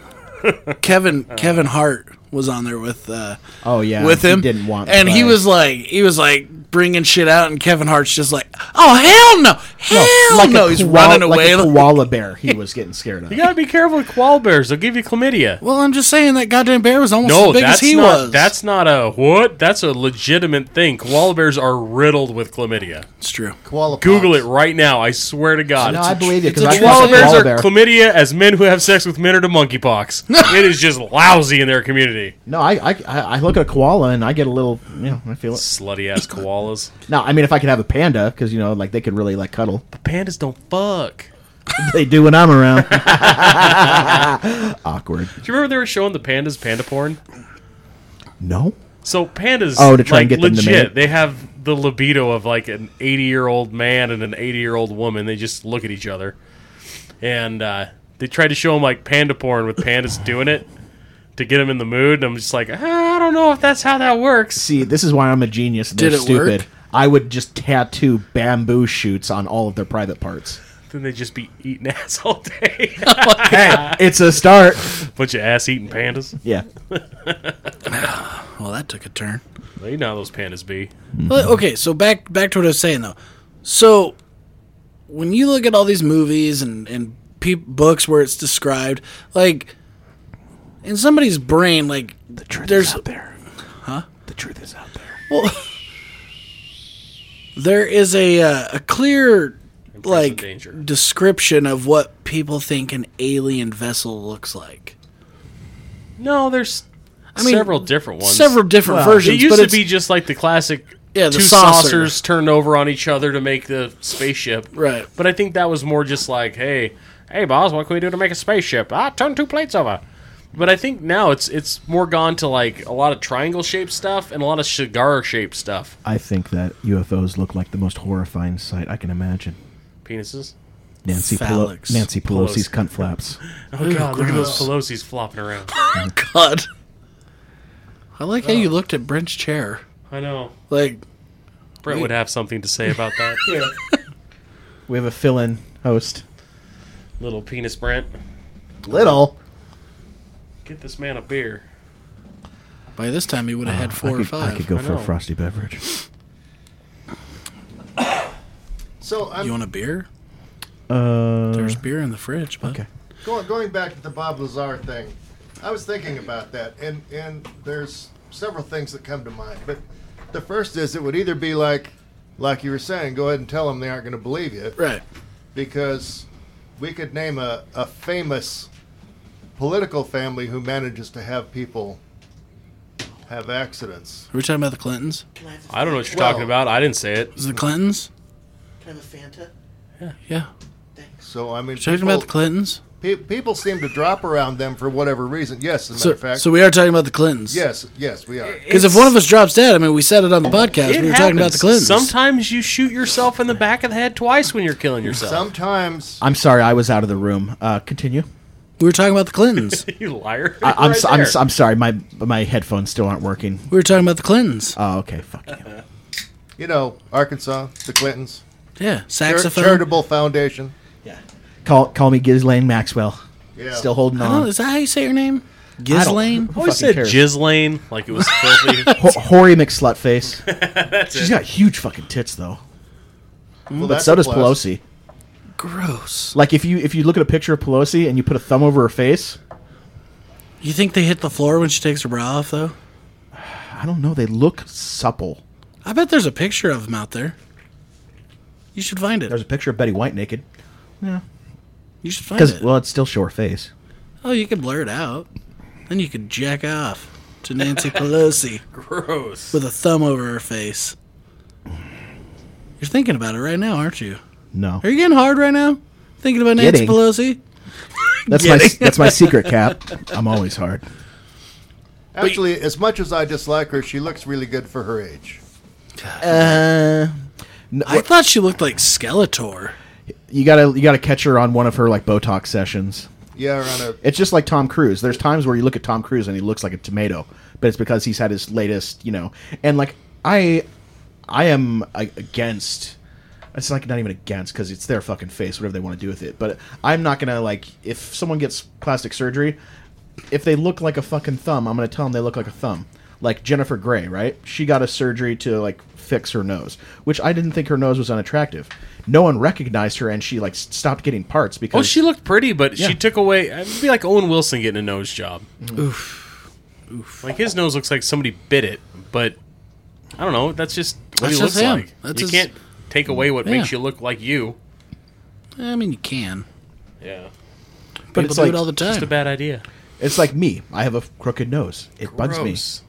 B: Kevin Kevin Hart was on there with uh,
C: Oh yeah,
B: with him.
C: He didn't want,
B: and he
C: play.
B: was like he was like bringing shit out, and Kevin Hart's just like, oh hell no,
C: No,
B: hell no,
C: like a
B: he's
C: koala-
B: running
C: like
B: away.
C: a koala bear. He was getting [LAUGHS] scared of.
A: You gotta be careful with koala bears; they'll give you chlamydia.
B: well, I'm just saying that goddamn bear was almost
A: No,
B: as big
A: that's
B: as he
A: not.
B: was.
A: That's not a what? That's a legitimate thing. Koala bears are riddled with chlamydia.
B: It's true.
D: Koala
A: Google
D: pops.
A: it right now. I swear to God.
C: No, I believe you
B: it's
C: because
B: a
C: I
A: koala
C: trust a
A: bears
C: koala
A: are
C: bear.
A: chlamydia as men who have sex with men are to
B: [LAUGHS]
A: monkeypox. it is just lousy in their community.
C: No, I, I I I look at a koala and I get a little, you know, I feel it.
A: Slutty ass koalas.
C: No, I mean if I could have a panda because you know, like they could really like cuddle. [LAUGHS]
A: But pandas don't fuck.
C: they do when I'm around. [LAUGHS] Awkward.
A: Do you remember they were showing the pandas panda porn?
C: No.
A: So pandas,
C: Oh, to try
A: like,
C: and get them to
A: legit,
C: mate?
A: they have the libido of like an eighty-year-old man and an eighty-year-old woman. They just look at each other, and uh, they tried to show them like panda porn with pandas [LAUGHS] doing it to get them in the mood. And I'm just like, "Ah, I don't know if that's how that works.
C: See, this is why I'm a genius. And
B: Did
C: they're
B: it
C: stupid.
B: work?
C: I would just tattoo bamboo shoots on all of their private parts.
B: [LAUGHS]
A: Then they just be eating [LAUGHS] ass all day, [LAUGHS]
C: hey, it's a start.
A: bunch of ass-eating pandas.
C: Yeah.
B: Well, that took a turn.
A: You know how those pandas be.
B: But, okay, so back back to what I was saying though. So when you look at all these movies and and pe- books where it's described, like in somebody's brain, like the truth there's
C: there. Huh? The truth is out there.
B: well, there is a uh, a clear like
A: danger.
B: description of what people think an alien vessel looks like.
A: No, there's
B: I mean,
A: several different ones.
B: Several different
C: Well,
B: versions,
A: It used
B: but
A: to
B: it's,
A: be just like the classic
B: Yeah, the
A: two
B: saucer.
A: saucers turned over on each other to make the spaceship.
B: Right.
A: But I think that was more just like, hey, hey, boss, what can we do to make a spaceship? Ah, turn two plates over. But I think now it's it's more gone to like a lot of triangle shaped stuff and a lot of cigar shaped stuff.
C: I think that UFOs look like the most horrifying sight I can imagine.
A: Penises.
C: Nancy, Pelo-
B: Phallics.
C: Nancy Pelosi's
A: Pelosi.
C: cunt flaps.
A: Oh god, look at those Pelosi's flopping around.
B: [LAUGHS] God. I like how you looked at Brent's chair.
A: I know.
B: Like
A: [LAUGHS] Brett would have something to say about that.
C: We have a fill-in host.
A: Little penis Brent.
C: Little.
A: Get this man a beer.
B: By this time, he would have had four
C: Uh, I
B: or
C: could,
B: five.
C: I could go
A: I
C: for a
A: know.
C: frosty beverage.
D: So I'm
B: You want a beer?
C: Uh,
B: There's beer in the fridge. But
C: okay.
D: Going, going back to the Bob Lazar thing, I was thinking about that, and, and there's several things that come to mind. But the first is it would either be like, like you were saying, go ahead and tell them they aren't going to believe you,
B: Right.
D: because we could name a, a famous political family who manages to have people have accidents.
B: Are we talking about the Clintons?
A: I don't know what you're
D: Well-
A: talking about. I didn't say it.
B: Is it the Clintons?
E: Kind of Fanta.
B: Yeah.
D: So I mean,
B: Talking
D: people,
B: about the Clintons?
D: pe- people seem to drop around them for whatever reason. Yes, as a
B: So,
D: matter of fact.
B: so we are talking about the Clintons.
D: yes, yes, we are.
B: Because if one of us drops dead, I mean, we said it on the podcast.
A: It
B: We were talking about the
A: happens.
B: Clintons.
A: Sometimes you shoot yourself in the back of the head twice when you're killing yourself.
D: Sometimes
C: I'm sorry, I was out of the room. Uh, continue.
B: we were talking about the Clintons.
A: [LAUGHS] you liar.
C: I, I'm,
A: Right
C: so, I'm,
A: there.
C: so- I'm sorry, my my headphones still aren't working.
B: we were talking about the Clintons.
C: Oh, okay, fuck you.
D: you know Arkansas, the Clintons,
B: Yeah.
D: Char-
B: Saxophone.
D: charitable foundation.
C: Call call me Ghislaine Maxwell.
D: Yeah.
C: Still holding
B: I don't know,
C: on.
B: is that how you say your name?
C: I don't-
B: Ghislaine?
A: I always said
C: fucking cares?
A: Gislane like
B: [LAUGHS]
A: it was filthy.
C: Ho- Hoary McSlutface. She's got huge fucking tits though.
D: Well,
C: But
D: Mm, that's
C: so
D: a
C: does
D: plus.
C: Pelosi.
B: Gross.
C: Like if you if you look at a picture of Pelosi and you put a thumb over her face,
B: You think they hit the floor when she takes her bra off, though?
C: I don't know. They look supple.
B: I bet there's a picture of them out there. You should find it.
C: There's a picture of Betty White naked. Yeah,
B: You should find
C: because
B: it.
C: well, it's still show her face.
B: oh, you could blur it out. Then you could jack off to
C: [LAUGHS]
B: Nancy Pelosi
A: Gross.
B: with a thumb over her face. You're thinking about it right now, aren't you?
C: No,
B: Are you getting hard right now? Thinking about Nancy
C: Getting.
B: Pelosi?
C: that's my that's
B: [LAUGHS]
C: my secret cap. I'm always hard.
D: Actually, as much as I dislike her, she looks really good for her age.
C: Uh,
B: I thought she looked like Skeletor.
C: you gotta you gotta catch her on one of her like Botox sessions.
D: Yeah, or on a
C: It's just like Tom Cruise. There's times where you look at Tom Cruise and he looks like a tomato, but it's because he's had his latest, you know. And like I, I am a- against. It's like not even against because it's their fucking face, whatever they want to do with it. But I'm not gonna like if someone gets plastic surgery, if they look like a fucking thumb, I'm gonna tell them they look like a thumb. Like Jennifer Grey, right? She got a surgery to like fix her nose, which I didn't think her nose was unattractive. No one recognized her, and she like s- stopped getting parts because
A: Oh, she looked pretty, but
C: Yeah.
A: she took away. It'd be like Owen Wilson getting a nose job.
B: Mm-hmm.
A: Oof. Like his nose looks like somebody bit it, but I don't know. That's just what
B: That's
A: he looks
B: just him.
A: like.
B: That's
A: you
B: his-
A: can't take away what
B: Yeah.
A: makes you look like you.
B: I mean, you can.
A: Yeah,
B: People
C: it's
B: do
C: like-
B: it all the time.
A: just a bad idea.
C: It's like me. I have a f- crooked nose. It bugs me.
A: Gross.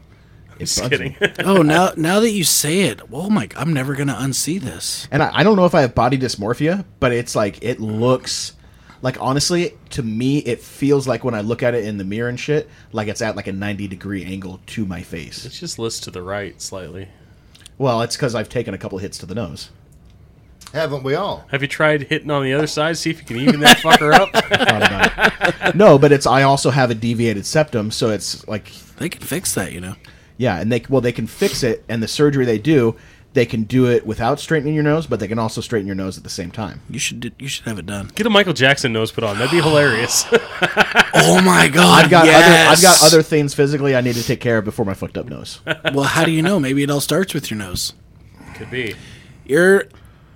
C: It
A: Just
C: bugs
A: kidding. [LAUGHS]
C: me. [LAUGHS]
B: oh, now now that you say it, oh my! I'm never gonna unsee this.
C: And I, I don't know if I have body dysmorphia, but it's like it looks like honestly to me it feels like when I look at it in the mirror and shit, like it's at like a ninety degree angle to my face.
A: It's just list to the right slightly.
C: Well, it's because I've taken a couple hits to the nose.
D: haven't we all?
A: Have you tried hitting on the other side? See if you can even that
C: [LAUGHS]
A: fucker up.
C: Thought about it. no, but it's I also have a deviated septum, so it's like
B: They can fix that, you know.
C: Yeah, and they well they can fix it, and the surgery they do, they can do it without straightening your nose, but they can also straighten your nose at the same time.
B: You should do- you should have it done.
A: Get a Michael Jackson nose put on. That'd be
C: [LAUGHS]
A: hilarious.
B: Oh my god!
C: I've got other I've got
B: yes!
C: other things physically I need to take care of before my fucked up nose.
B: Well, how do you know? Maybe it all starts with your nose,
A: Could be.
B: ear,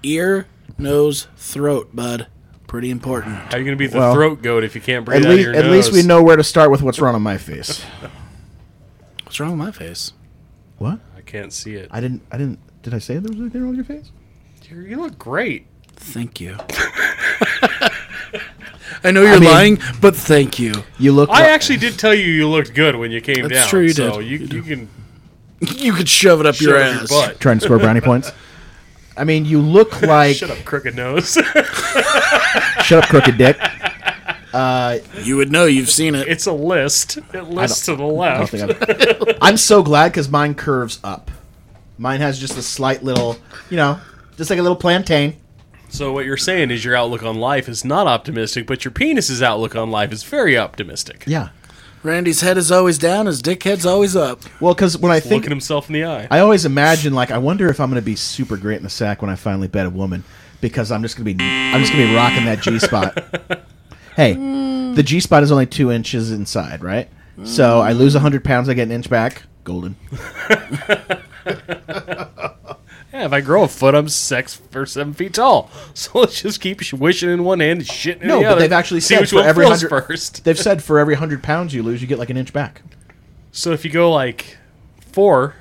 B: ear, nose, throat, bud. Pretty important.
A: How are you going to be the
C: Well,
A: throat goat if you can't breathe
C: at
A: out of
C: least
A: your
C: at
A: nose?
C: least we know where to start with what's wrong on my face.
B: What's wrong with my face?
C: what?
A: I can't see it.
C: I didn't I didn't did I say there was anything wrong with your face?
A: You you look great.
B: Thank you. [LAUGHS] I know you're
C: mean-
B: lying, but thank you.
C: You look
A: I
C: li-
A: actually did tell you you looked good when you came
B: That's
A: down.
B: true, you
A: so
B: did.
A: You,
B: You
A: you, can
B: You could shove it up your
A: shut
B: ass.
A: up your butt.
C: trying to score brownie points. I mean, you look like
A: Shut up, crooked nose. [LAUGHS]
C: shut up, crooked dick.
B: You would know. You've seen it.
A: it's a list. It lists to the
C: I don't
A: left.
C: think I'm, I'm so glad because mine curves up. Mine has just a slight little, you know, just like a little plantain.
A: So what you're saying is your outlook on life is not optimistic, but your penis's outlook on life is very optimistic.
C: Yeah.
B: Randy's head is always down, his dick head's always up.
C: Well, because when I think
A: Looking himself in the eye.
C: I always imagine like I wonder if I'm going to be super great in the sack when I finally bed a woman because I'm just going to be I'm just going to be rocking that G
A: [LAUGHS]
C: spot. hey, the G spot is only two inches inside, right? So I lose hundred pounds, I get an inch back. Golden.
A: yeah, if I grow a foot, I'm six or seven feet tall. [LAUGHS] So let's just keep sh- wishing in one hand and shitting in
C: No,
A: the
C: but
A: other.
C: they've actually
A: See
C: said
A: which
C: for
A: one
C: every
A: fills
C: hundred-
A: first.
C: They've said for every hundred pounds you lose, you get like an inch
A: [LAUGHS]
C: back.
A: So if you go like four,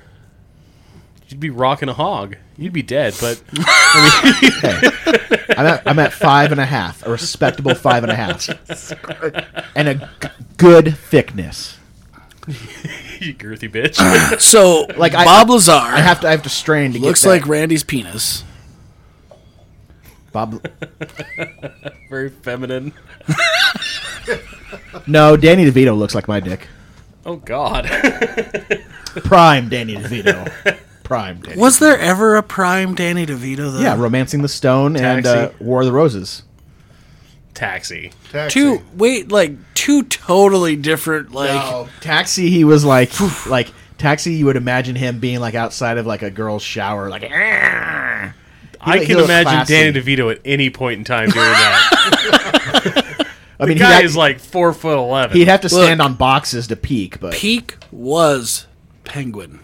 A: you'd be rocking a hog. You'd be dead, but [LAUGHS]
C: I'm at, I'm at five and a half, a respectable five and a
A: [LAUGHS]
C: half, and a g- good thickness.
A: you girthy bitch. [LAUGHS]
B: So, like
C: Like, I-
B: Bob Lazar
C: I have to I have to strain to
B: looks
C: get
B: like
C: that.
B: Randy's penis.
C: Bob.
A: Very feminine.
C: No, Danny DeVito looks like my dick.
A: Oh God. [LAUGHS]
C: Prime Danny DeVito. Prime Danny.
B: Was there ever a prime Danny DeVito though?
C: Yeah, Romancing the Stone and uh,
A: Taxi.
C: War of the Roses.
A: Taxi.
D: Taxi.
B: two wait, like two totally different like
A: Oh.
D: No.
C: Taxi, he was like, like Taxi. You would imagine him being like outside of like a girl's shower, like. "Argh."
A: I
C: he
A: can
C: looked
A: imagine
C: classy.
A: Danny DeVito at any point in time doing
C: [LAUGHS]
A: that.
C: I mean,
A: the guy
C: he'd,
A: is like four foot eleven.
C: he'd have to stand
B: Look.
C: on boxes to peek, but
B: peak was penguin.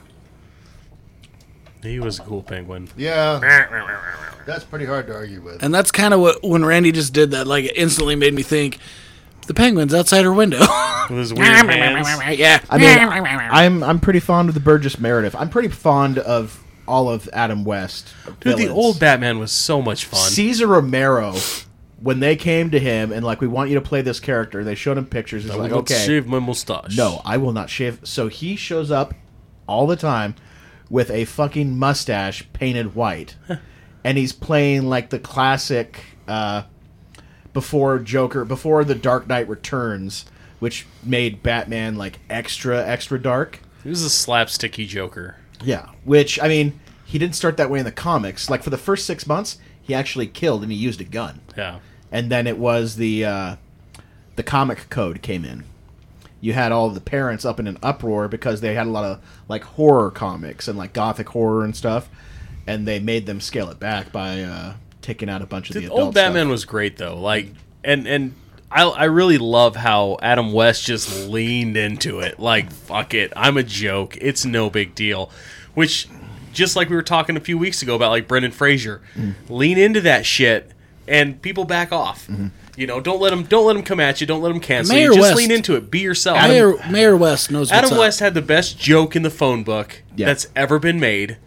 A: he was a cool penguin.
D: Yeah. That's pretty hard to argue with.
B: And that's kind of what when Randy just did that, like it instantly made me think the penguin's outside her window.
A: With his
B: [LAUGHS]
A: weird hands.
B: yeah.
C: I mean, I'm I'm pretty fond of the Burgess Meredith. I'm pretty fond of all of Adam West.
A: Dude, the
C: villains.
A: old Batman was so much fun.
C: Caesar Romero. When they came to him and like, we want you to play this character, they showed him pictures. He's
A: I
C: like,
A: will
C: okay,
A: shave my mustache.
C: No, I will not shave. So he shows up all the time with a fucking mustache painted white, and he's playing like the classic uh, before Joker, before the Dark Knight Returns, which made Batman like extra extra dark.
A: he was a slapsticky Joker.
C: Yeah, which I mean, he didn't start that way in the comics. Like for the first six months, he actually killed and he used a gun
A: Yeah.
C: and then it was the uh, the comic code came in. You had all the parents up in an uproar because they had a lot of like horror comics and like gothic horror and stuff, and they made them scale it back by uh, taking out a bunch of the,
A: The
C: adult
A: old Batman
C: stuff.
A: was great though. Like and and I I really love how Adam West just leaned into it. Like fuck it, I'm a joke. It's no big deal. Which just like we were talking a few weeks ago about like Brendan Fraser, lean into that shit and people back off. You know, don't let them don't let them come at you. Don't let them cancel
B: Mayor
A: you. Just
B: West-
A: lean into it. Be yourself.
B: Mayor, Mayor West knows what's
A: Adam
B: up.
A: West had the best joke in the phone book
C: Yeah.
A: that's ever been made.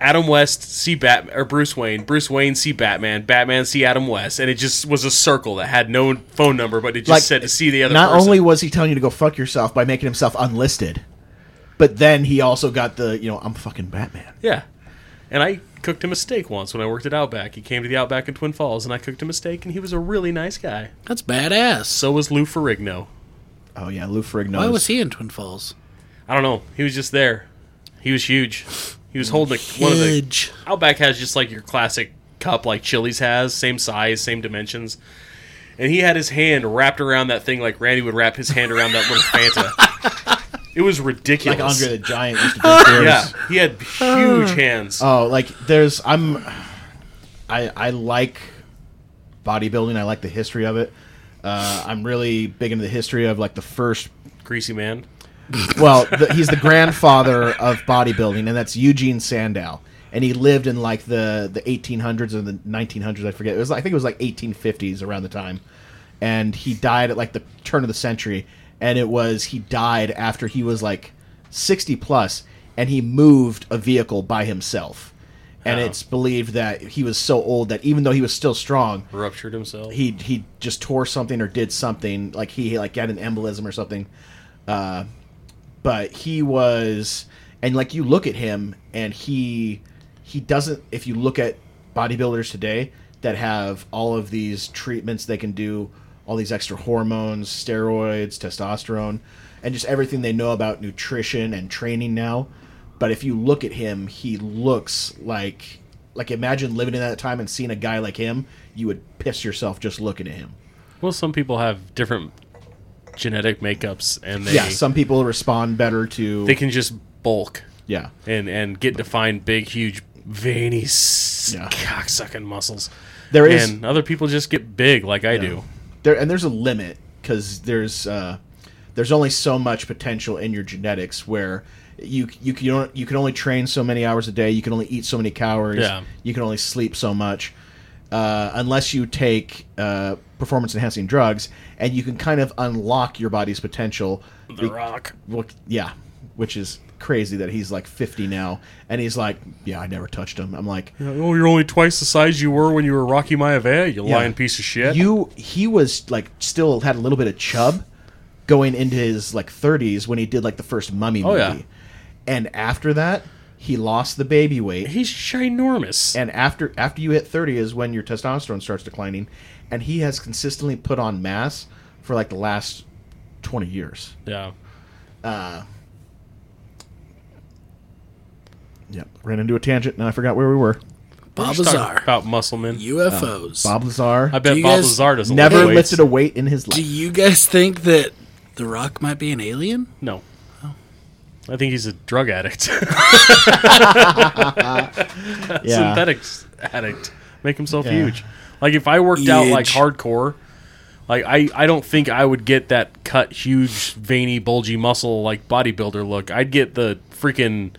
A: Adam West see Bat or Bruce Wayne, Bruce Wayne see Batman, Batman see Adam West, and it just was a circle that had no phone number, but it just
C: Like,
A: said to see the other.
C: Not
A: person.
C: only was he telling you to go fuck yourself by making himself unlisted, but then he also got the you know I'm fucking Batman.
A: yeah, and I cooked him a steak once when I worked at Outback. He came to the Outback in Twin Falls, and I cooked him a steak, and he was a really nice guy.
B: That's badass.
A: So was Lou Ferrigno.
C: Oh yeah, Lou Ferrigno.
B: Why
C: is-
B: was he in Twin Falls?
A: I don't know. He was just there. He was huge. He was holding a, one of the
B: Huge.
A: Outback has just like your classic cup, like Chili's has, same size, same dimensions. And he had his hand wrapped around that thing like Randy would wrap his hand around that little Fanta. it was ridiculous.
C: like Andre the
A: [LAUGHS]
C: Giant used to drink beers.
A: yeah, he had huge hands.
C: Oh, like there's I'm I I like bodybuilding. I like the history of it. Uh, I'm really big into the history of like the first.
A: Greasy man.
C: Well, the, he's the grandfather of bodybuilding, and that's Eugene Sandow. And he lived in like the the 1800s or the 1900s. I forget. It was I think it was like 1850s around the time, and he died at like the turn of the century. And it was he died after he was like 60 plus, and he moved a vehicle by himself. And
A: Wow.
C: it's believed that he was so old that even though he was still strong,
A: Ruptured himself.
C: he he just tore something or did something like he like got an embolism or something uh but he was and like you look at him and he he doesn't if you look at bodybuilders today that have all of these treatments they can do all these extra hormones steroids testosterone and just everything they know about nutrition and training now but if you look at him he looks like like imagine living in that time and seeing a guy like him you would piss yourself just looking at him
A: well, some people have different genetic makeups, and they
C: yeah, some people respond better to
A: they can just bulk
C: yeah.
A: and and get defined big, huge, veiny, s-
C: Yeah.
A: cocksucking muscles.
C: There is
A: and other people just get big like I do.
C: there and there's a limit because there's uh, there's only so much potential in your genetics where you you can you, don't, you can only train so many hours a day you can only eat so many calories
A: Yeah.
C: you can only sleep so much uh, unless you take uh, performance enhancing drugs and you can kind of unlock your body's potential
A: The Rock.
C: well, yeah, which is crazy that he's like 50 now and he's like yeah I never touched him I'm like
A: Oh, you're only twice the size you were when you were Rocky Maivia. You
C: Yeah.
A: lying piece of shit.
C: You he was like still had a little bit of chub going into his like 30s when he did like the first Mummy
A: Oh,
C: movie.
A: yeah.
C: And after that, he lost the baby weight.
A: He's ginormous.
C: And after after you hit 30 is when your testosterone starts declining and he has consistently put on mass for like the last 20 years.
A: yeah.
C: Yep. Ran into a tangent and I forgot where we were.
B: Bob
A: Just talking
B: Lazar.
A: about musclemen.
B: UFOs.
C: Bob Lazar
A: I bet
B: you
A: Bob
B: guys
A: Lazar doesn't
C: never
A: lift weights.
C: lifted a weight in his
B: Do
C: life.
B: you guys think that The Rock might be an alien?
A: No.
B: Oh.
A: I think he's a drug addict. [LAUGHS]
C: Yeah.
A: Synthetic s- addict. Make himself
C: Yeah.
A: huge. Like if I worked out like
B: Huge.
A: hardcore, like I, I don't think I would get that cut huge veiny bulgy muscle like bodybuilder look. I'd get the freaking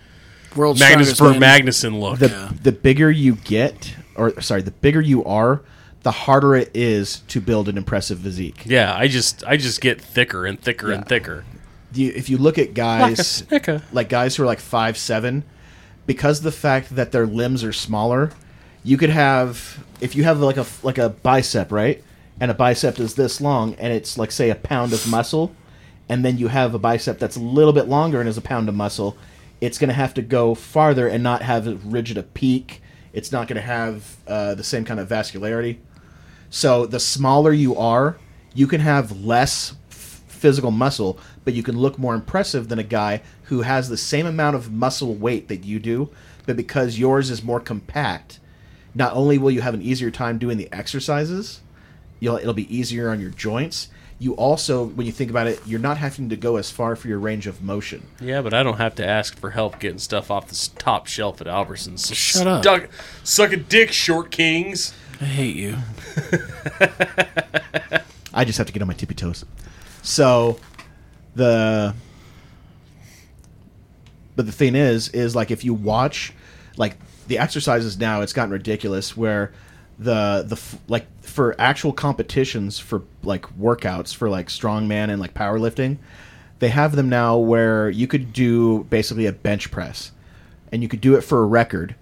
B: World's
A: Magnus Burt
B: strongest man.
A: Magnuson look.
C: the
B: Yeah.
C: the bigger you get, or sorry, the bigger you are, the harder it is to build an impressive physique.
A: yeah, I just I just get thicker and thicker and
C: Yeah.
A: thicker.
C: You, if you look at guys
A: Like a snicker.
C: like guys who are like five seven, because the fact that their limbs are smaller, you could have if you have like a like a bicep right, and a bicep is this long, and it's like say a pound of muscle, and then you have a bicep that's a little bit longer and is a pound of muscle, it's going to have to go farther and not have as rigid a peak. It's not going to have uh, the same kind of vascularity. So the smaller you are, you can have less f- physical muscle, but you can look more impressive than a guy who has the same amount of muscle weight that you do, but because yours is more compact, not only will you have an easier time doing the exercises, you'll it'll be easier on your joints. You also, when you think about it, you're not having to go as far for your range of motion.
A: Yeah, but I don't have to ask for help getting stuff off the s- top shelf at Albertsons. So
B: Shut up.
A: Duck, suck a dick, short kings.
B: I hate you.
C: I just have to get on my tippy toes. So the but the thing is is like if you watch like the exercises now it's gotten ridiculous where the the f- like for actual competitions for like workouts for like strongman and like powerlifting they have them now where you could do basically a bench press and you could do it for a record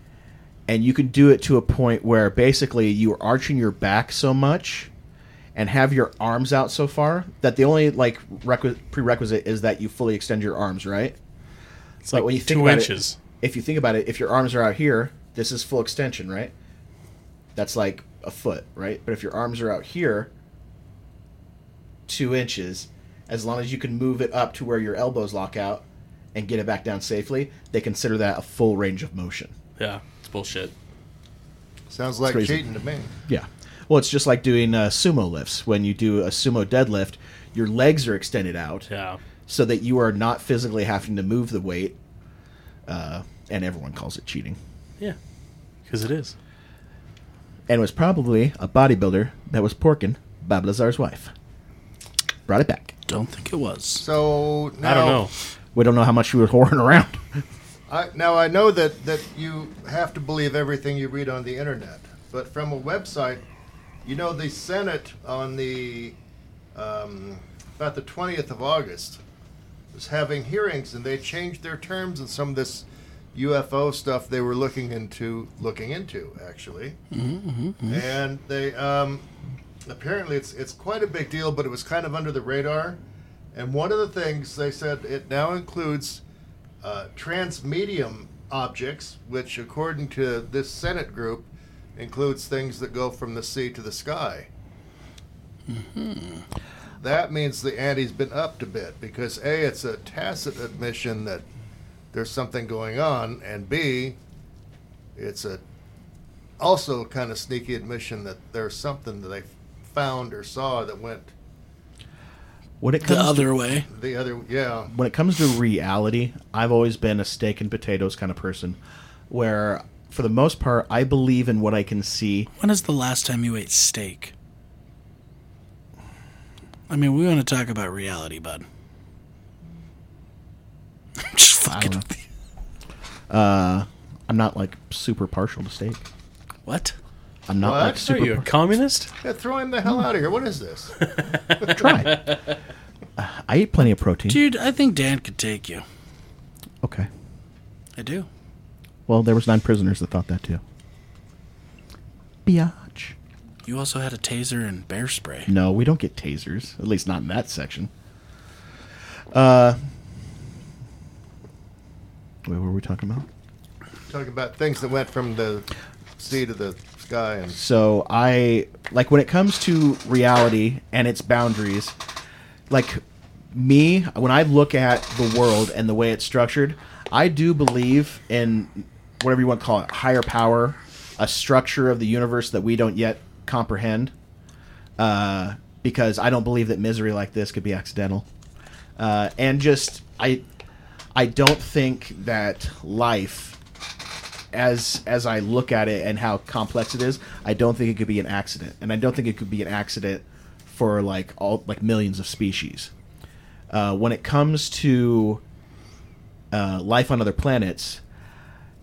C: and you can do it to a point where basically you're arching your back so much and have your arms out so far that the only like requi- prerequisite is that you fully extend your arms, right?
A: It's
C: But
A: like
C: when you think
A: two
C: about
A: inches.
C: It, if you think about it, if your arms are out here, this is full extension, right? That's like a foot, right? But if your arms are out here, two inches, as long as you can move it up to where your elbows lock out and get it back down safely, they consider that a full range of motion.
A: Yeah, it's bullshit.
D: Sounds like
C: crazy.
D: cheating to me.
C: Yeah. Well, it's just like doing uh, sumo lifts. When you do a sumo deadlift, your legs are extended out
A: Yeah.
C: so that you are not physically having to move the weight. Uh, and everyone calls it cheating.
A: Yeah. Because it is.
C: And it was probably a bodybuilder that was porking Bob Lazar's wife. Brought it back.
B: Don't think it was.
D: So now,
A: I don't know.
C: We don't know how much she was [LAUGHS] whoring around.
D: I, now I know that, that you have to believe everything you read on the internet, but from a website, you know the Senate on the um, about the twentieth of August was having hearings, and they changed their terms and some of this UFO stuff they were looking into looking into actually, and they um, apparently it's it's quite a big deal, but it was kind of under the radar. And one of the things they said it now includes uh, transmedium objects, which, according to this Senate group, includes things that go from the sea to the sky. That means the ante's been upped a bit because A, it's a tacit admission that there's something going on, and B, it's a also kind of sneaky admission that there's something that they found or saw that went
C: When it
B: the
C: comes to,
B: other way.
D: The other, yeah.
C: when it comes to reality, I've always been a steak and potatoes kind of person, where for the most part I believe in what I can see.
B: When is the last time you ate steak? I mean, we want to talk about reality, bud. [LAUGHS] I'm just fucking.
C: I'm not like super partial to steak.
B: [LAUGHS] What?
C: I'm not
D: What?
C: like
D: Are
A: Are
C: super.
A: you a communist?
D: Yeah, throw him the hell out of here. What is this?
C: Try. I eat plenty of protein.
B: Dude, I think Dan could take you.
C: okay.
B: I do.
C: Well, there was nine prisoners that thought that too. Biatch.
B: You also had a taser and bear spray.
C: No, we don't get tasers. At least not in that section. Uh, wait, what were we talking about?
D: Talking about things that went from the sea to the sky and
C: So I like when it comes to reality and its boundaries, like me, when I look at the world and the way it's structured, I do believe in whatever you want to call it, higher power, a structure of the universe that we don't yet comprehend. Uh, because I don't believe that misery like this could be accidental. Uh, and just I I don't think that life as as I look at it and how complex it is, I don't think it could be an accident, and I don't think it could be an accident for like all like millions of species. Uh, when it comes to uh, life on other planets,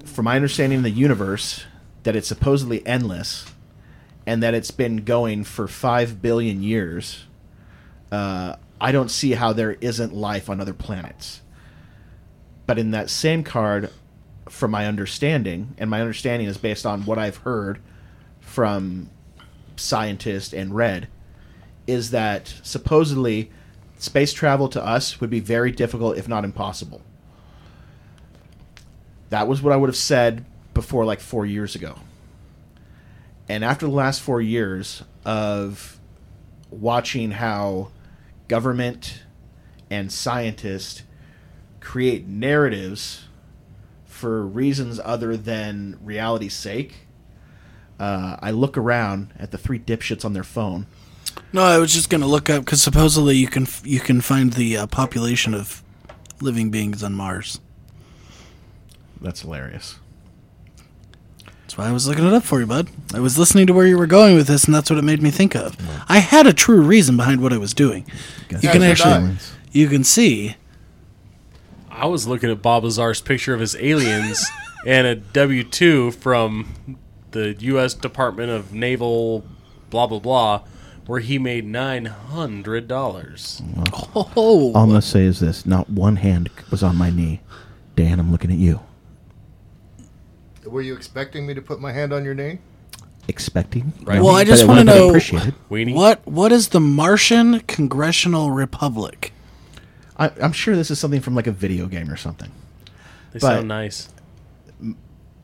C: from my understanding of the universe, that it's supposedly endless, and that it's been going for five billion years. Uh, I don't see how there isn't life on other planets. But in that same card, from my understanding, and my understanding is based on what I've heard from scientists and read, is that supposedly space travel to us would be very difficult, if not impossible. That was what I would have said before like four years ago. And after the last four years of watching how government and scientists create narratives for reasons other than reality's sake. Uh, I look around at the three dipshits on their phone.
B: No, I was just gonna look up because supposedly you can you can find the uh, population of living beings on Mars.
C: That's hilarious.
B: That's why I was looking it up for you, bud. I was listening to where you were going with this, and that's what it made me think of. I had a true reason behind what I was doing. You
D: Yeah,
B: can
D: so
B: actually,
D: that-
B: you can see.
A: I was looking at Bob Lazar's picture of his [LAUGHS] aliens and a W two from the U.S. Department of Naval, blah blah blah, where he made nine hundred dollars.
B: Oh,
C: All I'm gonna say is this: not one hand was on my knee. Dan, I'm looking at you,
D: were you expecting me to put my hand on your knee?
C: expecting.
A: Right.
B: well, I
C: But
B: just want to
C: would've been
B: know
C: appreciated.
A: Weenie.
B: what what is the Martian Congressional Republic?
C: I, I'm sure this is something from like a video game or something.
A: They
C: but-
A: sound nice.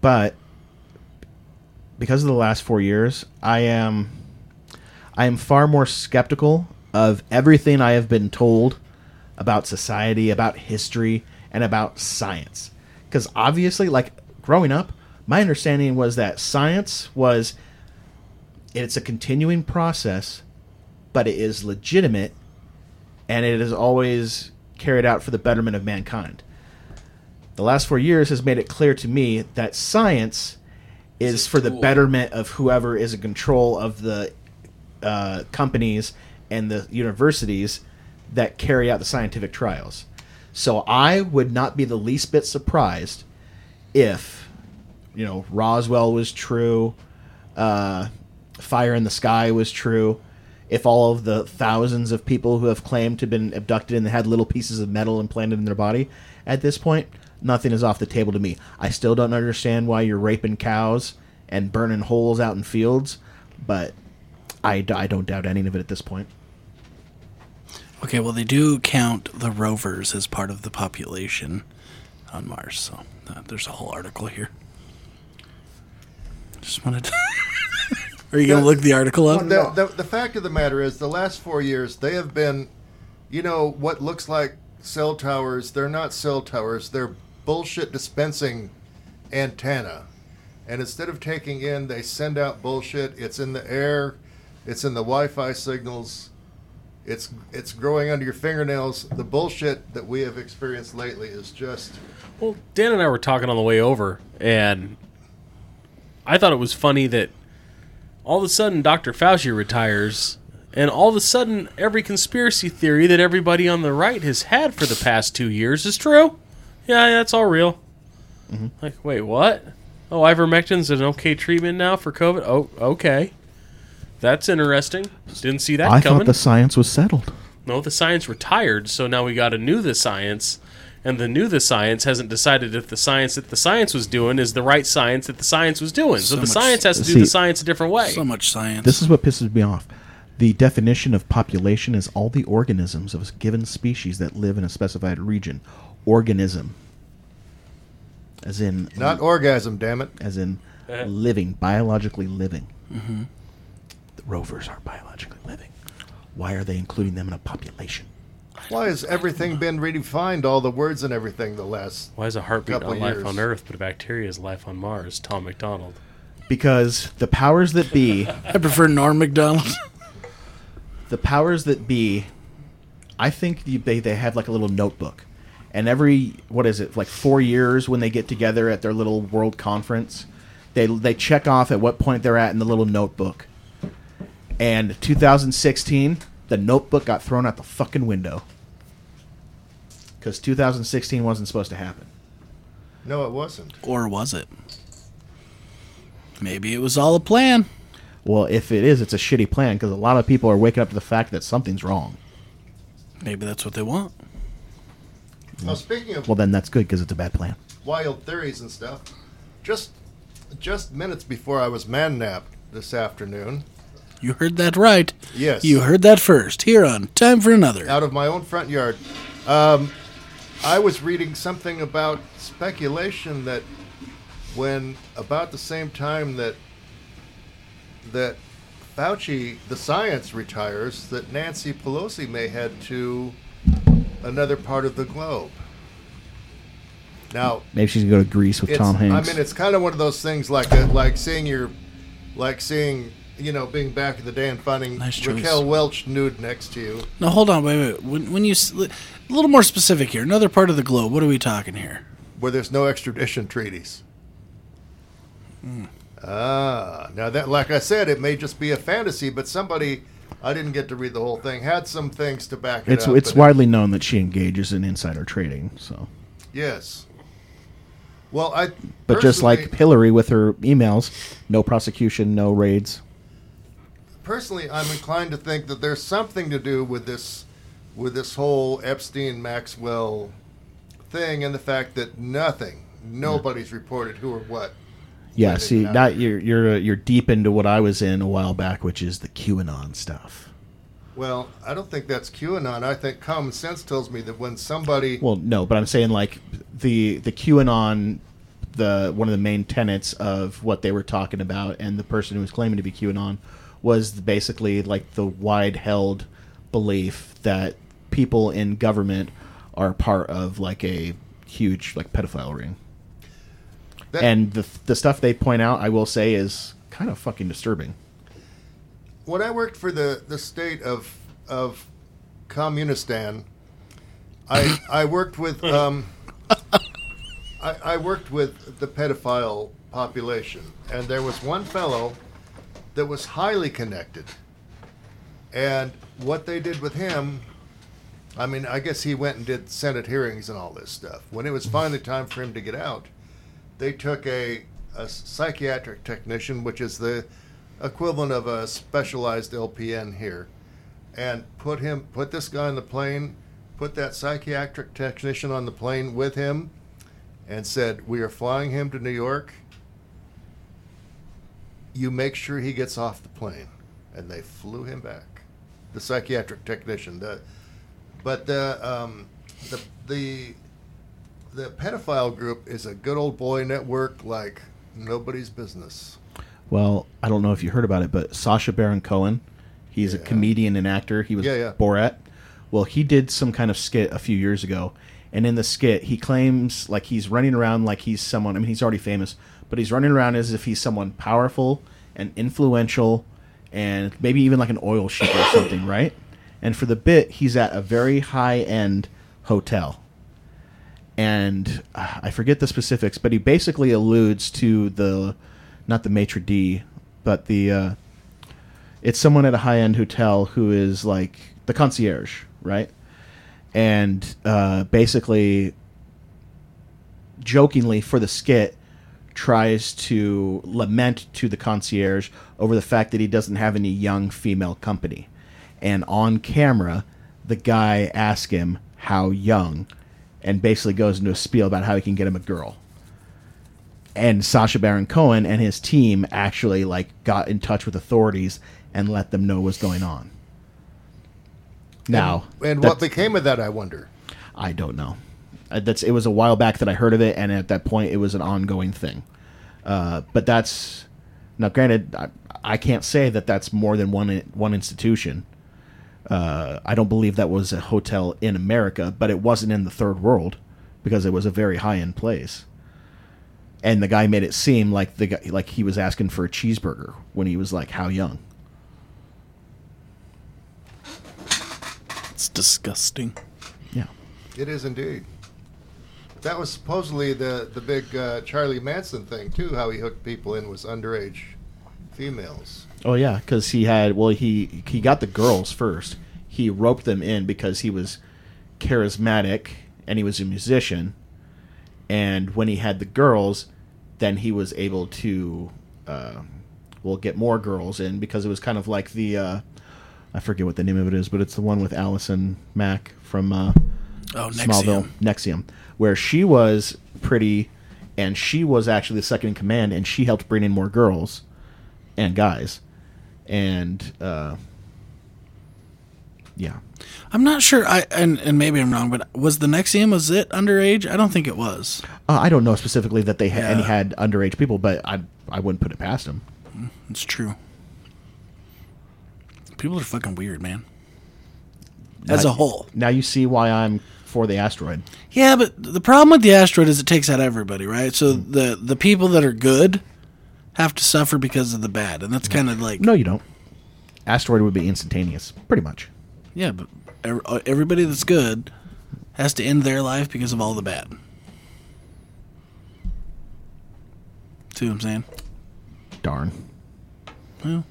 C: but because of the last four years, I am I am far more skeptical of everything I have been told about society, about history, and about science. Because obviously, like growing up, my understanding was that science was it's a continuing process, but it is legitimate, and it is always carried out for the betterment of mankind the last four years has made it clear to me that science is for the betterment of whoever is in control of the uh, companies and the universities that carry out the scientific trials. So I would not be the least bit surprised if, you know, Roswell was true, uh, Fire in the Sky was true, if all of the thousands of people who have claimed to have been abducted and had little pieces of metal implanted in their body, at this point, nothing is off the table to me. I still don't understand why you're raping cows and burning holes out in fields, but I, d- I don't doubt any of it at this point.
B: Okay, well they do count the rovers as part of the population on Mars, so uh, there's a whole article here. Just wanted. to... [LAUGHS] Are you gonna look the article up?
D: The, the, the fact of the matter is, the last four years, they have been, you know, what looks like cell towers. They're not cell towers, they're bullshit dispensing antenna. And instead of taking in, they send out bullshit. It's in the air, it's in the Wi Fi signals. It's it's growing under your fingernails. The bullshit that we have experienced lately is just
A: Well, Dan and I were talking on the way over, and I thought it was funny that all of a sudden Dr. Fauci retires, and all of a sudden every conspiracy theory that everybody on the right has had for the past two years is true. Yeah, yeah, it's all real.
C: Mm-hmm.
A: Like, wait, what? Oh, ivermectin's an okay treatment now for COVID. Oh, okay. That's interesting. Didn't see that
C: I
A: coming.
C: thought the science was settled.
A: No, the science retired, so now we got a new the science, and the new the science hasn't decided if the science that the science was doing is the right science that the science was doing. So,
B: So
A: the
B: much-
A: science has to do
C: See-
A: the science a different way.
B: So much science.
C: This is what pisses me off. The definition of population is all the organisms of a given species that live in a specified region. Organism, as in
D: not orgasm. Damn it!
C: as in
A: Uh.
C: living, biologically living. The rovers are biologically living. Why are they including them in a population?
D: Why has everything been redefined? All the words and everything. The last
A: Why is a heartbeat
D: Couple
A: not life
D: years.
A: on Earth, but a bacteria is life on Mars? Tom McDonald.
C: Because the powers that be
B: I prefer Norm McDonald. [LAUGHS]
C: the powers that be, I think the- they they have like a little notebook, and every what is it like four years when they get together at their little world conference, they they check off at what point they're at in the little notebook. And 2016, the notebook got thrown out the fucking window because 2016 wasn't supposed to happen.
D: no, it wasn't.
B: or was it? Maybe it was all a plan.
C: Well, if it is, it's a shitty plan because a lot of people are waking up to the fact that something's wrong.
B: Maybe that's what they want.
D: Now speaking of
C: Well, then that's good because it's a bad plan.
D: wild theories and stuff. Just just minutes before I was man napped this afternoon,
B: You heard that right.
D: Yes.
B: You heard that first. Here on Time for Another.
D: out of my own front yard, um, I was reading something about speculation that when about the same time that that Fauci, the science retires, that Nancy Pelosi may head to another part of the globe. Now,
C: Maybe she's gonna go to Greece with
D: it's,
C: Tom Hanks.
D: I mean, it's kind of one of those things like a, like seeing your, like seeing you know being back in the day and finding
B: Nice choice.
D: Raquel Welch nude next to you.
B: No, hold on. Wait, wait. When, when you s- a little more specific here, another part of the globe. What are we talking here?
D: where there's no extradition treaties. Ah, now that, like I said, it may just be a fantasy, but somebody, I didn't get to read the whole thing, had some things to back it
C: It's
D: up.
C: it's
D: but it-
C: widely known that she engages in insider trading. So,
D: yes. Well, I.
C: but just like
D: personally-
C: Hillary with her emails, no prosecution, no raids.
D: personally, I'm inclined to think that there's something to do with this, with this whole Epstein Maxwell thing, and the fact that nothing,
C: Mm.
D: nobody's reported who or what.
C: Yeah,
D: Right,
C: see,
D: yeah.
C: now you're you're uh, you're deep into what I was in a while back, which is the QAnon stuff.
D: Well, I don't think that's QAnon. I think common sense tells me that when somebody
C: Well, no, but I'm saying like the the QAnon, the one of the main tenets of what they were talking about, and the person who was claiming to be QAnon was basically like the wide held belief that people in government are part of like a huge like pedophile ring.
D: That-
C: and the the stuff they point out, I will say, is kind of fucking disturbing.
D: when I worked for the, the state of of Communistan, I I worked with um, I, I worked with the pedophile population, and there was one fellow that was highly connected, and what they did with him. I mean, I guess he went and did Senate hearings and all this stuff. When it was finally time for him to get out, they took a, a psychiatric technician, which is the equivalent of a specialized LPN here, and put him put this guy on the plane, put that psychiatric technician on the plane with him, and said, "We are flying him to New York. You make sure he gets off the plane," and they flew him back. The psychiatric technician, the but the um, the the the pedophile group is a good old boy network like nobody's business.
C: Well, I don't know if you heard about it, but Sasha Baron Cohen, he's a comedian and actor. He was
D: Yeah, yeah.
C: Borat. Well, he did some kind of skit a few years ago, and in the skit, he claims like he's running around like he's someone. I mean, he's already famous, but he's running around as if he's someone powerful and influential, and maybe even like an oil sheik or something, right? And for the bit, he's at a very high end hotel. And uh, I forget the specifics, but he basically alludes to the, not the maitre d, but the, uh, it's someone at a high end hotel who is like the concierge, right? And uh, basically, jokingly for the skit, tries to lament to the concierge over the fact that he doesn't have any young female company. And on camera, the guy asks him how young and basically goes into a spiel about how he can get him a girl. And Sasha Baron Cohen and his team actually like got in touch with authorities and let them know what's going on. Now,
D: And what
C: that's-
D: became of that, I wonder.
C: I don't know. Uh, That's it was a while back that I heard of it, and at that point, it was an ongoing thing. Uh, but that's now, granted, I, I can't say that that's more than one in- one institution. Uh, I don't believe that was a hotel in America, but it wasn't in the third world because it was a very high end place. And the guy made it seem like the guy, like he was asking for a cheeseburger when he was like, "How young?"
B: It's disgusting.
C: Yeah.
D: It is indeed. That was supposedly the the big uh, Charlie Manson thing too. How he hooked people in was underage females.
C: Oh yeah, because he had well he he got the girls first. He roped them in because he was charismatic and he was a musician. And when he had the girls, then he was able to uh, well get more girls in because it was kind of like the uh, I forget what the name of it is, but it's the one with Allison Mack from uh,
B: Oh,
C: Smallville
B: Nexium.
C: Nexium, where she was pretty, and she was actually the second in command, and she helped bring in more girls and guys, and uh, yeah,
B: I'm not sure. I and, and maybe I'm wrong, but was the Nexium was it underage? I don't think it was.
C: uh, I don't know specifically that they ha- any
B: Yeah.
C: had underage people, but I I wouldn't put it past them.
B: It's true. People are fucking weird, man. As a whole.
C: Now you see why I'm for the asteroid.
B: Yeah, but the problem with the asteroid is it takes out everybody, right? So
C: Hmm.
B: the the people that are good have to suffer because of the bad, and that's kind of like
C: No, you don't. Asteroid would be instantaneous, pretty much.
B: yeah, but ev- uh, everybody that's good has to end their life because of all the bad. See what I'm saying?
C: Darn.
B: Well,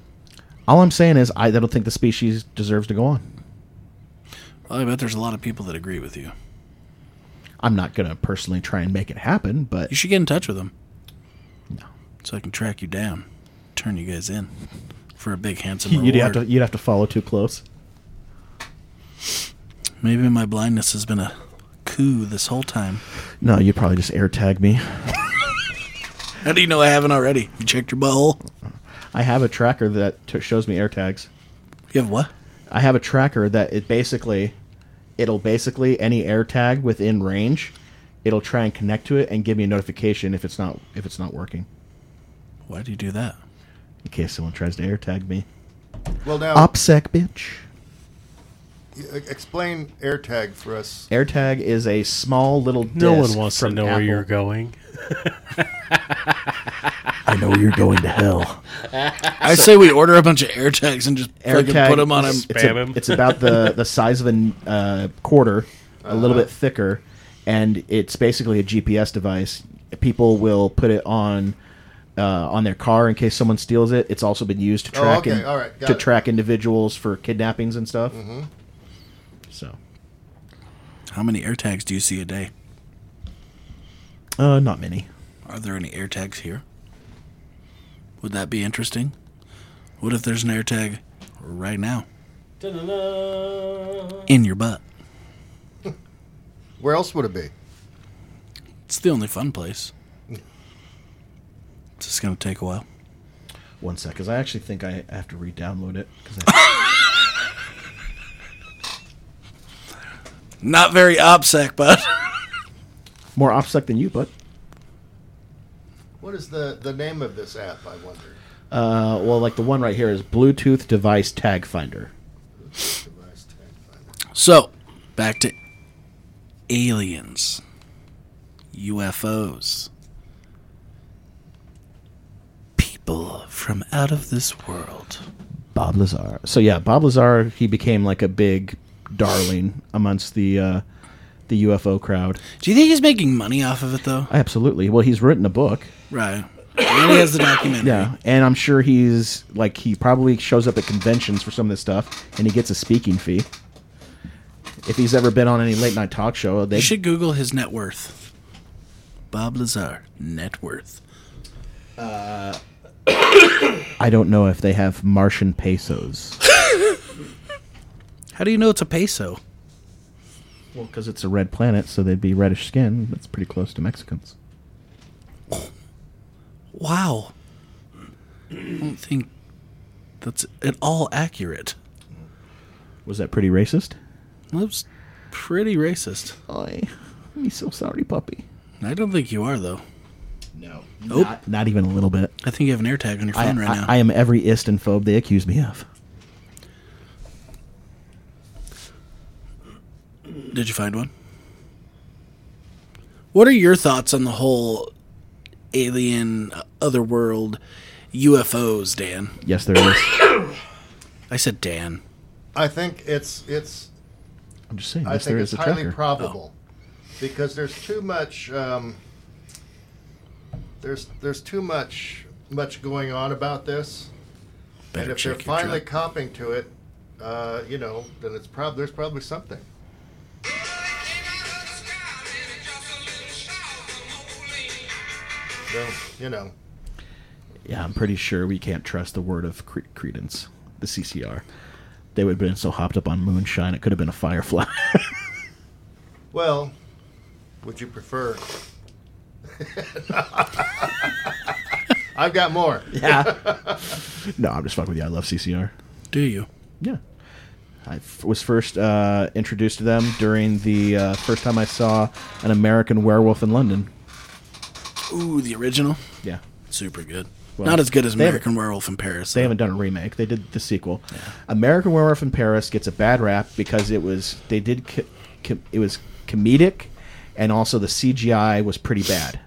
C: All I'm saying is I don't think the species deserves to go on.
B: I bet there's a lot of people that agree with you.
C: I'm not gonna personally try and make it happen, but
B: You should get in touch with them. So I can track you down, turn you guys in for a big handsome reward.
C: [LAUGHS] you'd have to you'd have to follow too close.
B: Maybe my blindness has been a coup this whole time.
C: No, you'd probably just air tag me.
B: How do you know I haven't already? You checked your butthole?
C: I have a tracker that t- shows me air tags.
B: You have what?
C: I have a tracker that it basically, it'll basically any air tag within range, it'll try and connect to it and give me a notification if it's not if it's not working
B: Why do you do that?
C: in case someone tries to air tag me.
D: Well, now
C: OPSEC bitch.
D: e- explain AirTag for us.
C: AirTag is a small little.
A: No one
C: disc
A: wants to
C: from
A: know where you're
C: Apple.
A: going.
C: I know you're going to hell.
B: I say we order a bunch of air tags and just
C: air
B: fucking
C: tag
B: put them on a
C: is- It's,
A: Spam
C: a-
A: him.
C: it's about
D: [LAUGHS]
C: the, the size of a uh, quarter, a
D: Uh-huh.
C: little bit thicker, and it's basically a GPS device. People will put it on uh, on their car in case someone steals it. It's also been used to
D: Oh,
C: track
D: okay,
C: in-
D: all right, got
C: to
D: it.
C: track individuals for kidnappings and stuff. Mm-hmm. So,
B: How many air tags do you see a day?
C: uh, not many.
B: Are there any air tags here? Would that be interesting? What if there's an air tag right now in your butt?
D: Where else would it be?
B: It's the only fun place. It's just gonna take a while.
C: One sec, because I actually think I have to re-download it. 'cause I, [LAUGHS]
B: Not very obsec, but [LAUGHS]
C: more OPSEC than you, but
D: What is the the name of this app? I wonder.
C: uh, well, like the one right here is Bluetooth device tag finder.
D: Device tag finder.
B: so back to aliens, UFOs, people from out of this world.
C: Bob Lazar. So yeah, Bob Lazar. He became like a big darling amongst the uh, the UFO crowd.
B: Do you think he's making money off of it though?
C: Absolutely. Well, he's written a book.
B: Right. And he has the documentary.
C: Yeah, and I'm sure he's like he probably shows up at conventions for some of this stuff, and he gets a speaking fee. If he's ever been on any late night talk show, they
B: You should Google his net worth. Bob Lazar net worth.
C: I don't know if they have Martian [LAUGHS] pesos.
B: How do you know it's a peso?
C: well, because it's a red planet, so they'd be reddish skin. That's pretty close to Mexicans.
B: Wow. I don't think that's at all accurate.
C: Was that pretty racist?
B: That was pretty racist.
C: I, I'm so sorry, puppy.
B: I don't think you are though.
C: No,
B: Nope.
C: not, not even a little bit.
B: I think you have an air tag on your
C: I,
B: phone right
C: I-
B: now.
C: I am every ist and phobe they accuse me of.
B: Did you find one? What are your thoughts on the whole alien, uh, otherworld, UFOs, Dan?
C: Yes, there
D: [COUGHS]
C: is.
B: I said Dan.
D: I think it's it's
C: I'm just saying.
D: I
C: yes,
D: think
C: there
D: it's
C: is a
D: highly
C: tracker.
D: probable because there's too much um, there's there's too much much going on about this, and
B: Better
D: if they're
B: check your
D: finally
B: truck.
D: comping to it, uh, you know, then it's prob there's probably something. So, you know,
C: yeah, I'm pretty sure we can't trust the word of cre- credence, the CCR. They would have been so hopped up on moonshine, it could have been a firefly. [LAUGHS]
D: well, would
B: [LAUGHS]
D: you prefer? [LAUGHS] I've got more.
C: yeah. no, I'm just fucking with you. I love CCR.
B: Do you?
C: Yeah. I f- was first uh, introduced to them during the uh, first time I saw an American werewolf in London.
B: Ooh, the original.
C: Yeah.
B: Super good.
C: Well,
B: Not as good as
C: they haven't-
B: American Werewolf in Paris.
C: They haven't done a remake. They did the sequel. American Werewolf in Paris gets a bad rap because it was they did co- co- it was comedic, and also the CGI was pretty bad.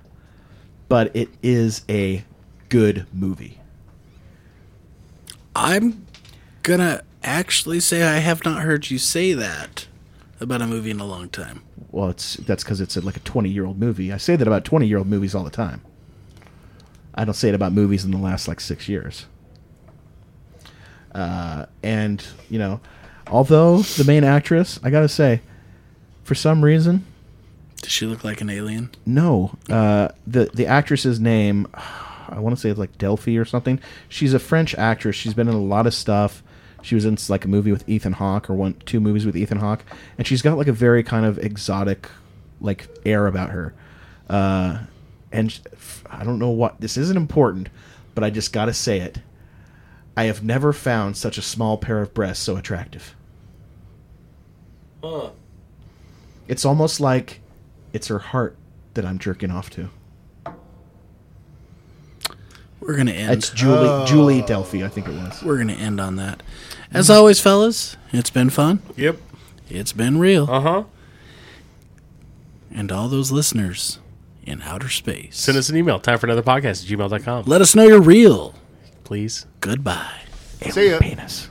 C: But it is a good movie.
B: I'm gonna actually say I have not heard you say that about a movie in a long time.
C: Well, it's that's because it's a, like a twenty year old movie. I say that about twenty year old movies all the time. I don't say it about movies in the last like six years. Uh, and you know, although the main actress, I gotta say, for some reason,
B: Does she look like an alien?
C: No, uh, the the actress's name, [SIGHS] I want to say it's like Delphi or something. She's a French actress. She's been in a lot of stuff. She was in like a movie with Ethan Hawke or one two movies with Ethan Hawke, and she's got like a very kind of exotic, like air about her. Uh, and sh- f- I don't know what this isn't important, but I just gotta say it. I have never found such a small pair of breasts so attractive. It's almost like it's her heart that I'm jerking off to.
B: We're gonna end.
C: It's Julie Julie Delphi, I think it was.
B: We're gonna end on that. As always, fellas, it's been fun.
A: Yep.
B: It's been real.
A: Uh huh.
B: and all those listeners in outer space.
A: Send us an email. Time for another podcast at gmail.com.
B: Let us know you're real.
A: Please.
B: Goodbye.
D: See ya.
C: Penis.